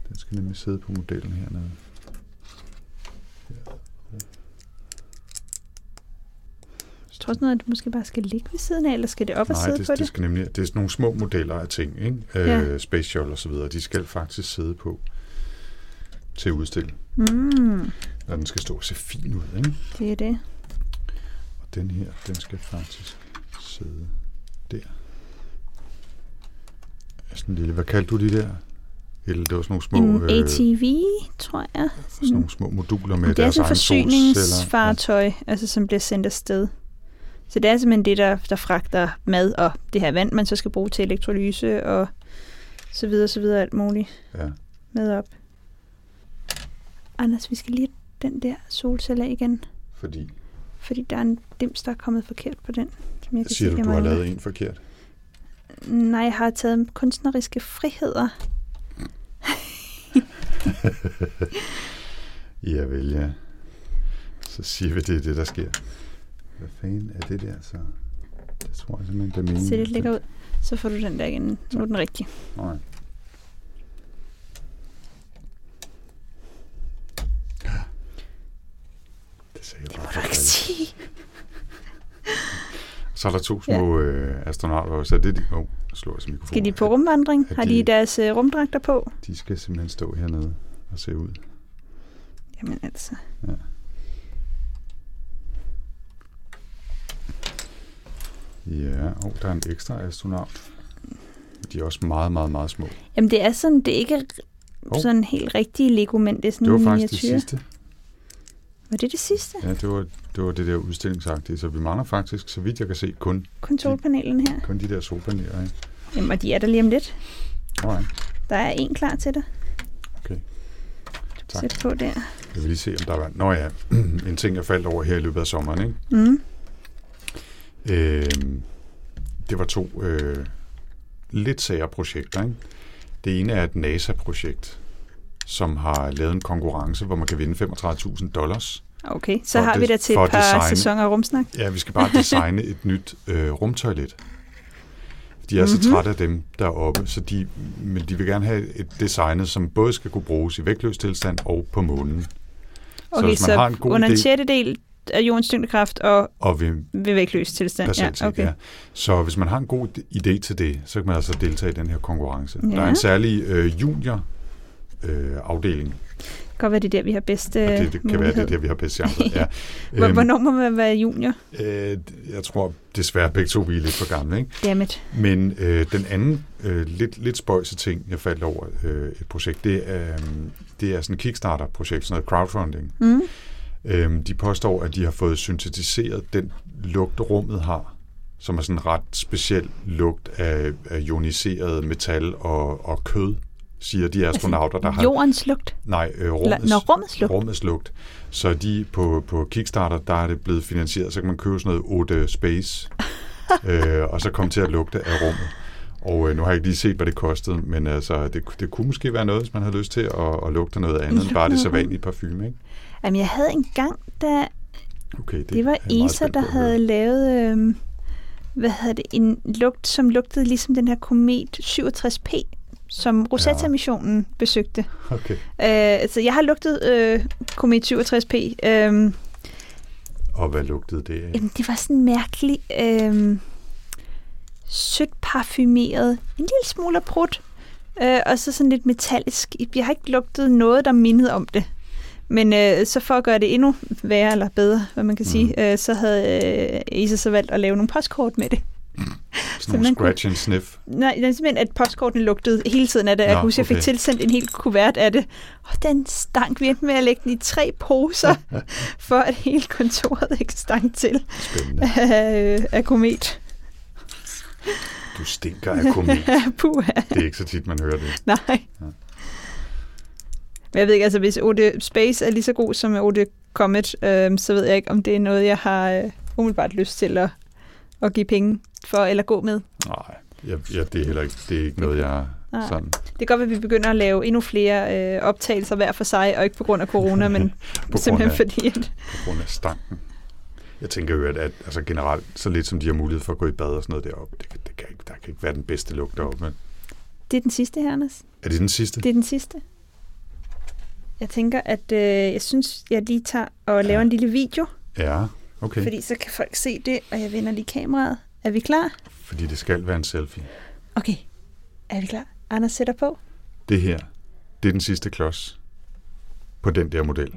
[SPEAKER 1] Den skal nemlig sidde på modellen hernede.
[SPEAKER 2] Jeg tror også noget, at det måske bare skal ligge ved siden af, eller skal det op og
[SPEAKER 1] Nej,
[SPEAKER 2] sidde
[SPEAKER 1] det,
[SPEAKER 2] på
[SPEAKER 1] det
[SPEAKER 2] det?
[SPEAKER 1] skal nemlig, det er sådan nogle små modeller af ting, ikke?
[SPEAKER 2] Ja.
[SPEAKER 1] Øh, space shuttle og så videre, de skal faktisk sidde på til at udstille,
[SPEAKER 2] Mm,
[SPEAKER 1] når den skal stå og se fin ud, ikke?
[SPEAKER 2] det er det.
[SPEAKER 1] Og den her, den skal faktisk sidde der. Sådan en lille, hvad kaldte du de der? Eller det var sådan nogle små,
[SPEAKER 2] En
[SPEAKER 1] øh,
[SPEAKER 2] ATV, tror jeg.
[SPEAKER 1] sådan nogle små moduler med
[SPEAKER 2] det er
[SPEAKER 1] deres
[SPEAKER 2] sådan et
[SPEAKER 1] egen solceller.
[SPEAKER 2] forsyningsfartøj, altså, som bliver sendt afsted. Så det er simpelthen det, der, der fragter mad og det her vand, man så skal bruge til elektrolyse og så videre, så videre, alt muligt
[SPEAKER 1] Ja, ja.
[SPEAKER 2] med op. Anders, vi skal lige have den der solceller igen.
[SPEAKER 1] Fordi
[SPEAKER 2] Fordi der er en dims, der er kommet forkert på den. Som jeg kan
[SPEAKER 1] Siger
[SPEAKER 2] se,
[SPEAKER 1] du,
[SPEAKER 2] jeg
[SPEAKER 1] du har
[SPEAKER 2] mangler.
[SPEAKER 1] lavet en forkert?
[SPEAKER 2] Nej, jeg har taget kunstneriske friheder.
[SPEAKER 1] Ja, vel, ja. Så siger vi, det er det, der sker. Hvad fanden er det der så? Det tror jeg simpelthen, det er meningen.
[SPEAKER 2] Se, det ligger ud. Så får du den der igen. Nu er den rigtig.
[SPEAKER 1] Nej. Det sagde jeg bare. for fanden. Så er der to små ja. øh, astronauter også. Er det de? Åh, oh, slår jeg så mikrofonen.
[SPEAKER 2] Skal de på rumvandring?
[SPEAKER 1] Er
[SPEAKER 2] Har de
[SPEAKER 1] de-
[SPEAKER 2] deres øh, rumdragter på?
[SPEAKER 1] De skal simpelthen stå hernede og se ud.
[SPEAKER 2] Jamen altså.
[SPEAKER 1] Ja. Ja, og der er en ekstra astronaut. De er også meget, meget, meget små.
[SPEAKER 2] Jamen det er sådan, det er ikke
[SPEAKER 1] Hov.
[SPEAKER 2] oh. sådan helt rigtige Lego, men det er sådan
[SPEAKER 1] Det var
[SPEAKER 2] en
[SPEAKER 1] faktisk det
[SPEAKER 2] miniature.
[SPEAKER 1] sidste.
[SPEAKER 2] Var det det sidste?
[SPEAKER 1] Ja, det var det, var det der udstillingsagtige. Så vi mangler faktisk, så vidt jeg kan se, kun,
[SPEAKER 2] Kun solpanelen her.
[SPEAKER 1] kun de der solpaneler. Ikke?
[SPEAKER 2] Jamen, og de er der lige om lidt.
[SPEAKER 1] Alright.
[SPEAKER 2] Der er en klar til dig.
[SPEAKER 1] Okay.
[SPEAKER 2] Du kan
[SPEAKER 1] Tak.
[SPEAKER 2] sætte på der.
[SPEAKER 1] Jeg vil lige se, om der var... Nå ja, en ting, jeg faldt over her i løbet af sommeren, ikke?
[SPEAKER 2] Mm.
[SPEAKER 1] Øhm, det var to øh, lidt sære projekter. Ikke? Det ene er et NASA-projekt, som har lavet en konkurrence, hvor man kan vinde 35.000 dollars.
[SPEAKER 2] Okay, så
[SPEAKER 1] For
[SPEAKER 2] har vi
[SPEAKER 1] det-
[SPEAKER 2] dig til et
[SPEAKER 1] for
[SPEAKER 2] par
[SPEAKER 1] design.
[SPEAKER 2] sæsoner rumsnak.
[SPEAKER 1] Ja, vi skal bare designe et nyt øh, rumtoilet. De er mm-hmm. så trætte af dem deroppe, så de, men de vil gerne have et designet, som både skal kunne bruges i vægtløs tilstand og på månen.
[SPEAKER 2] Okay,
[SPEAKER 1] hvis man
[SPEAKER 2] så,
[SPEAKER 1] har en god
[SPEAKER 2] under en
[SPEAKER 1] idé-
[SPEAKER 2] sjettedel af jordens tyngdekraft og
[SPEAKER 1] Og vil
[SPEAKER 2] ved vægtløs tilstand.
[SPEAKER 1] per ja, okay. ja. Så hvis man har en god idé til det, så kan man altså deltage i den her konkurrence. Ja. Der er
[SPEAKER 2] Ja.
[SPEAKER 1] en særlig øh, junior øh, afdeling,
[SPEAKER 2] Godt være, det er der, vi har bedste
[SPEAKER 1] og det, det kan være,
[SPEAKER 2] mulighed.
[SPEAKER 1] det er der, vi har bedst chancer. Ja. Øhm,
[SPEAKER 2] Hvor- Hvornår må man være junior?
[SPEAKER 1] øh, jeg tror desværre begge to, vi er lidt for gamle. Ikke?
[SPEAKER 2] Dammit.
[SPEAKER 1] Men øh, den anden øh, lidt, lidt spøjse ting, jeg faldt over øh, et projekt, det er, øh, det er sådan et Kickstarter-projekt, sådan noget crowdfunding.
[SPEAKER 2] Mm.
[SPEAKER 1] Øhm, de påstår, at de har fået syntetiseret den lugt, rummet har, som er sådan en ret speciel lugt af, af ioniseret metal og, og kød, siger de astronauter, der har...
[SPEAKER 2] Jordens lugt.
[SPEAKER 1] Nej, øh, rummets,
[SPEAKER 2] Nå, rummets lugt.
[SPEAKER 1] rummets lugt. Så de på, på Kickstarter, der er det blevet finansieret, så kan man købe sådan noget 8 Space, øh, og så komme til at lugte af rummet. Og øh, nu har jeg ikke lige set, hvad det kostede, men altså, det, det kunne måske være noget, hvis man havde lyst til at, at lugte noget andet end bare det sædvanlige parfume, ikke?
[SPEAKER 2] Jamen, jeg havde en gang, da
[SPEAKER 1] Okay, det,
[SPEAKER 2] det var
[SPEAKER 1] er jeg meget
[SPEAKER 2] ESA,
[SPEAKER 1] spændt på
[SPEAKER 2] der
[SPEAKER 1] at høre.
[SPEAKER 2] havde lavet... øhm, hvad hedder det, en lugt, som lugtede ligesom den her komet 67P, som Rosetta-missionen besøgte.
[SPEAKER 1] Okay.
[SPEAKER 2] Øh, så jeg har lugtet øh, komet 67P. Øh,
[SPEAKER 1] Og hvad lugtede det af?
[SPEAKER 2] Jamen, det var sådan mærkeligt øh, sødt parfumeret. En lille smule af prut. Øh, og så sådan lidt metallisk. Jeg har ikke lugtet noget, der mindede om det. Men øh, så for at gøre det endnu værre eller bedre, hvad man kan sige,
[SPEAKER 1] Mm.
[SPEAKER 2] øh, så havde øh, Isa så valgt at lave nogle postkort med det.
[SPEAKER 1] Sådan nogle
[SPEAKER 2] man kunne-
[SPEAKER 1] scratch and sniff.
[SPEAKER 2] Nej, det er simpelthen, at postkortene lugtede hele tiden af det. Jeg
[SPEAKER 1] Nå,
[SPEAKER 2] kan huske, jeg fik
[SPEAKER 1] okay.
[SPEAKER 2] tilsendt en hel kuvert af det. Og den stank. Vi endte med at lægge den i tre poser, for at hele kontoret ikke stank til
[SPEAKER 1] Spændende.
[SPEAKER 2] af, øh, af komet.
[SPEAKER 1] Du stinker af komet.
[SPEAKER 2] Puh,
[SPEAKER 1] Det er ikke så tit, man hører det.
[SPEAKER 2] nej. Men jeg ved ikke, altså hvis Ode Space er lige så god som Ode Comet, øh, så ved jeg ikke, om det er noget, jeg har øh, umiddelbart lyst til at, at give penge for eller gå med.
[SPEAKER 1] Nej, jeg, jeg, det er heller ikke, det er ikke noget, jeg
[SPEAKER 2] Nej.
[SPEAKER 1] sådan...
[SPEAKER 2] Det kan godt være, at vi begynder at lave endnu flere øh, optagelser hver for sig, og ikke på grund af corona, men
[SPEAKER 1] På grund
[SPEAKER 2] simpelthen
[SPEAKER 1] af,
[SPEAKER 2] fordi, at
[SPEAKER 1] på grund af stanken. Jeg tænker jo, at, at altså generelt, så lidt som de har mulighed for at gå i bad og sådan noget deroppe, det, kan- det kan ikke, der kan ikke være den bedste lugt deroppe. Men
[SPEAKER 2] det er den sidste her, Anders.
[SPEAKER 1] er det den sidste?
[SPEAKER 2] Det er den sidste. Jeg tænker, at øh, jeg synes, jeg lige tager og laver en lille video,
[SPEAKER 1] Ja, okay. Fordi...
[SPEAKER 2] fordi så kan folk se det, og jeg vender lige kameraet. Er vi klar?
[SPEAKER 1] Fordi det skal være en selfie.
[SPEAKER 2] Okay, er vi klar? Anders sætter på.
[SPEAKER 1] Det her, det er den sidste klods på den der model.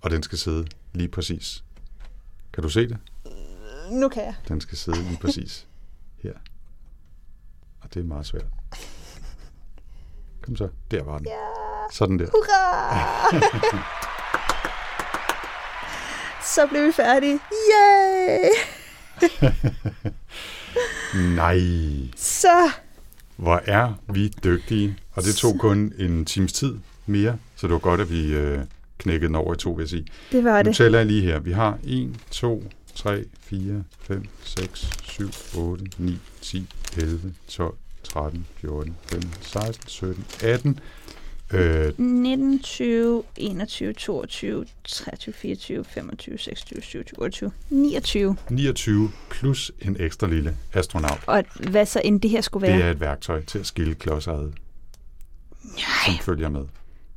[SPEAKER 1] Og den skal sidde lige præcis. Kan du se det?
[SPEAKER 2] Nu kan jeg.
[SPEAKER 1] Den skal sidde lige præcis her. Og det er meget svært. Kom så. Der var den. Sådan der.
[SPEAKER 2] Så blev vi færdige. Yay!
[SPEAKER 1] Nej,
[SPEAKER 2] Så
[SPEAKER 1] hvor er vi dygtige. Og det tog kun en times tid mere, så det var godt, at vi øh, knækket den over i to, vil jeg sige.
[SPEAKER 6] Det var
[SPEAKER 1] Nu
[SPEAKER 6] det.
[SPEAKER 1] tæller jeg lige her. Vi har 1, 2, 3, 4, 5, 6, 7, 8, 9, 10, 11, 12, 13, 14, 15, 16, 17, 18. Øh,
[SPEAKER 2] 19, 20, 21, 22, 23, 24, 25, 26, 27, 28, 29.
[SPEAKER 1] 29 plus en ekstra lille astronaut.
[SPEAKER 2] Og hvad så end det her skulle være?
[SPEAKER 1] Det er et værktøj til at skille klodser ad, som følger med,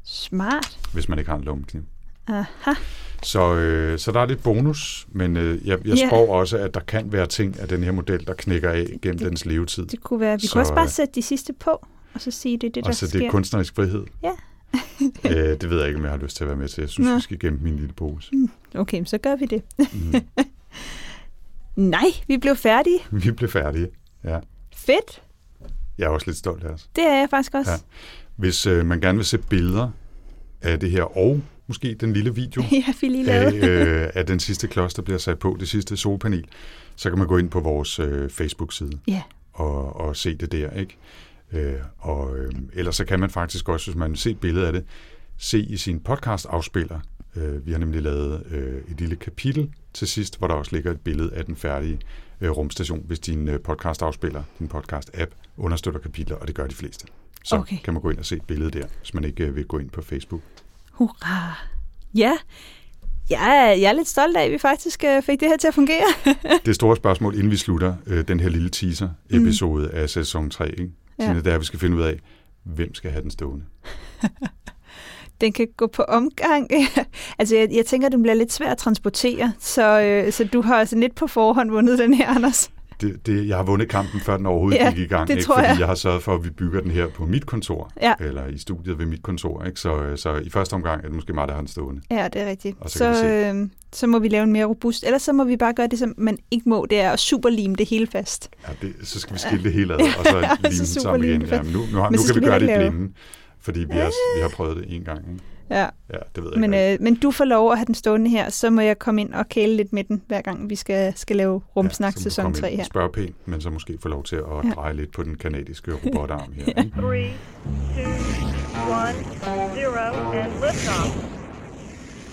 [SPEAKER 2] Smart.
[SPEAKER 1] hvis man ikke har en lommekniv.
[SPEAKER 2] Aha.
[SPEAKER 1] Så, øh, så der er lidt bonus, men øh, jeg, jeg
[SPEAKER 2] Ja.
[SPEAKER 1] spår også, at der kan være ting af den her model, der knækker af gennem dens levetid.
[SPEAKER 2] Det kunne være, vi så,
[SPEAKER 1] Så,
[SPEAKER 2] kunne også bare
[SPEAKER 1] øh,
[SPEAKER 2] sætte de sidste på, og så sige, det er det, der
[SPEAKER 1] Og så
[SPEAKER 2] sker.
[SPEAKER 1] det er kunstnerisk frihed.
[SPEAKER 2] Ja.
[SPEAKER 1] øh, det ved jeg ikke, om jeg har lyst til at være med til. Jeg synes,
[SPEAKER 2] Nå.
[SPEAKER 1] vi skal gemme min lille pose.
[SPEAKER 2] Okay, så gør vi det.
[SPEAKER 1] Mm.
[SPEAKER 2] Nej, vi blev færdige.
[SPEAKER 1] vi blev færdige. Ja.
[SPEAKER 2] Fedt.
[SPEAKER 1] Jeg er også lidt stolt af os.
[SPEAKER 2] Det er jeg faktisk også.
[SPEAKER 1] Ja. Hvis øh, man gerne vil se billeder af det her, og måske den lille video
[SPEAKER 2] ja vi lige
[SPEAKER 1] af,
[SPEAKER 2] lavede.
[SPEAKER 1] øh, af den sidste klods, der bliver sat på, det sidste solpanel, så kan man gå ind på vores øh, Facebook-side
[SPEAKER 2] Ja.
[SPEAKER 1] og, og se det der. ikke? Øh, og øh, ellers så kan man faktisk også, hvis man vil se et billede af det, se i sin podcast-afspiller. Øh, vi har nemlig lavet øh, et lille kapitel til sidst, hvor der også ligger et billede af den færdige øh, rumstation, hvis din øh, podcast-afspiller, din podcast-app, understøtter kapitler, og det gør de fleste. Så
[SPEAKER 2] Okay.
[SPEAKER 1] kan man gå ind og se et billede der, hvis man ikke øh, vil gå ind på Facebook.
[SPEAKER 2] Hurra. Ja. Ja, jeg er lidt stolt af, at vi faktisk øh, fik det her til at fungere.
[SPEAKER 1] Det store spørgsmål, inden vi slutter øh, den her lille teaser-episode mm. af sæson 3, ikke?
[SPEAKER 2] Ja.
[SPEAKER 1] Ja. det er, at vi skal finde ud af, hvem skal have den stående.
[SPEAKER 2] Den kan gå på omgang. altså, jeg, jeg tænker, den bliver lidt svær at transportere, så, øh, så du har altså lidt på forhånd vundet den her, Anders.
[SPEAKER 1] Det, det, jeg har vundet kampen, før den overhovedet
[SPEAKER 2] Ja,
[SPEAKER 1] gik i gang,
[SPEAKER 2] det
[SPEAKER 1] ikke?
[SPEAKER 2] tror
[SPEAKER 1] fordi
[SPEAKER 2] jeg.
[SPEAKER 1] jeg har sørget for, at vi bygger den her på mit kontor,
[SPEAKER 2] Ja.
[SPEAKER 1] eller i studiet ved mit kontor. Ikke? Så, øh, så i første omgang er det måske mig, der har den stående.
[SPEAKER 2] Ja, det er rigtigt.
[SPEAKER 1] Og så kan
[SPEAKER 2] så,
[SPEAKER 1] vi
[SPEAKER 2] øh, så må vi lave en mere robust. Ellers så må vi bare gøre det, som man ikke må, det er at superlime det hele fast.
[SPEAKER 1] Ja, det, så skal vi skille det hele ad, og så lime den
[SPEAKER 2] super
[SPEAKER 1] sammen igen.
[SPEAKER 2] lime det
[SPEAKER 1] Ja,
[SPEAKER 2] fast.
[SPEAKER 1] men nu, nu, har,
[SPEAKER 2] Men
[SPEAKER 1] nu kan
[SPEAKER 2] så skal
[SPEAKER 1] vi
[SPEAKER 2] vi
[SPEAKER 1] gøre det
[SPEAKER 2] ikke
[SPEAKER 1] i
[SPEAKER 2] lave-
[SPEAKER 1] blinde, fordi vi, er, vi har prøvet det en gang. Ikke?
[SPEAKER 2] Ja,
[SPEAKER 1] Ja, det ved jeg
[SPEAKER 2] men,
[SPEAKER 1] ikke.
[SPEAKER 2] øh, men du får lov at have den stående her, så må jeg komme ind og kæle lidt med den, hver gang vi skal, skal lave rumsnak ja,
[SPEAKER 1] så må du
[SPEAKER 2] sæson
[SPEAKER 1] komme ind
[SPEAKER 2] 3
[SPEAKER 1] og
[SPEAKER 2] her.
[SPEAKER 1] Spørge pænt, men så måske få lov til at
[SPEAKER 2] Ja.
[SPEAKER 1] dreje lidt på den kanadiske robotarm her. Ikke?
[SPEAKER 7] Three, two, one, zero, and liftoff.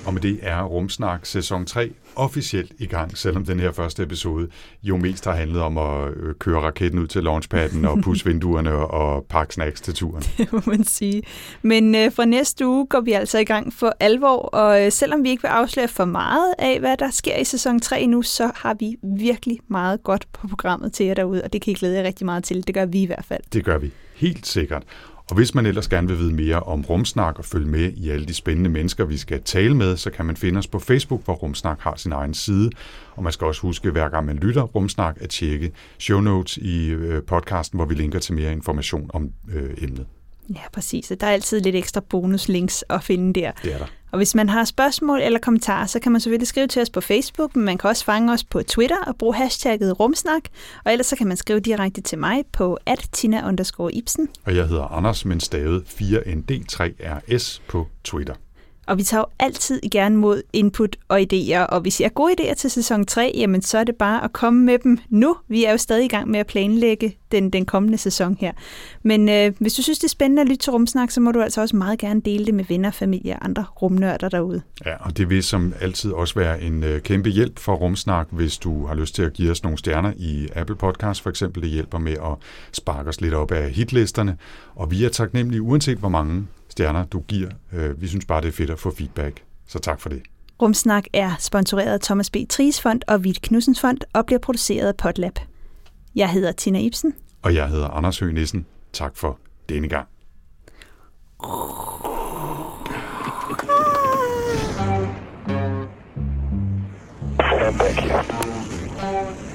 [SPEAKER 1] Og med det er Rumsnak sæson 3 officielt i gang, selvom den her første episode jo mest har handlet om at øh, køre raketten ud til launchpadden og pusse vinduerne og pakke snacks til turen.
[SPEAKER 2] må man sige. Men øh, fra næste uge går vi altså i gang for alvor, og øh, selvom vi ikke vil afsløre for meget af, hvad der sker i sæson 3 nu, så har vi virkelig meget godt på programmet til jer derude, og det kan I glæde jer rigtig meget til. Det gør vi i hvert fald.
[SPEAKER 1] Det gør vi helt sikkert. Og hvis man ellers gerne vil vide mere om Rumsnak og følge med i alle de spændende mennesker, vi skal tale med, så kan man finde os på Facebook, hvor Rumsnak har sin egen side. Og man skal også huske, hver gang man lytter Rumsnak, at tjekke show notes i øh, podcasten, hvor vi linker til mere information om øh, emnet.
[SPEAKER 2] Ja, præcis. Og Der er altid lidt ekstra bonuslinks at finde der.
[SPEAKER 1] Det er der.
[SPEAKER 2] Og hvis man har spørgsmål eller kommentarer, så kan man selvfølgelig skrive til os på Facebook, men man kan også fange os på Twitter og bruge hashtagget rumsnak. Og ellers så kan man skrive direkte til mig på at Tina Ibsen.
[SPEAKER 1] Og jeg hedder Anders, men stavet 4ND3RS på Twitter.
[SPEAKER 2] Og vi tager jo altid gerne mod input og idéer, og hvis I har gode idéer til sæson 3, jamen så er det bare at komme med dem nu. Vi er jo stadig i gang med at planlægge den, den kommende sæson her. Men øh, hvis du synes, det er spændende at lytte til Rumsnak, så må du altså også meget gerne dele det med venner, familie og andre rumnørder derude.
[SPEAKER 1] Ja, og det vil som altid også være en øh, kæmpe hjælp for Rumsnak, hvis du har lyst til at give os nogle stjerner i Apple Podcast for eksempel. Det hjælper med at sparke os lidt op af hitlisterne. Og vi er taknemmelige uanset hvor mange stjerner du giver. Øh, vi synes bare, det er fedt at få feedback. Så tak for det.
[SPEAKER 2] Rumsnak er sponsoreret af Thomas B. Tries Fond og Vidt Knudsens Fond og bliver produceret af Potlab. Jeg hedder Tina Ibsen.
[SPEAKER 1] Og jeg hedder Anders Høgh Nissen. Tak for denne gang.
[SPEAKER 8] And thank you.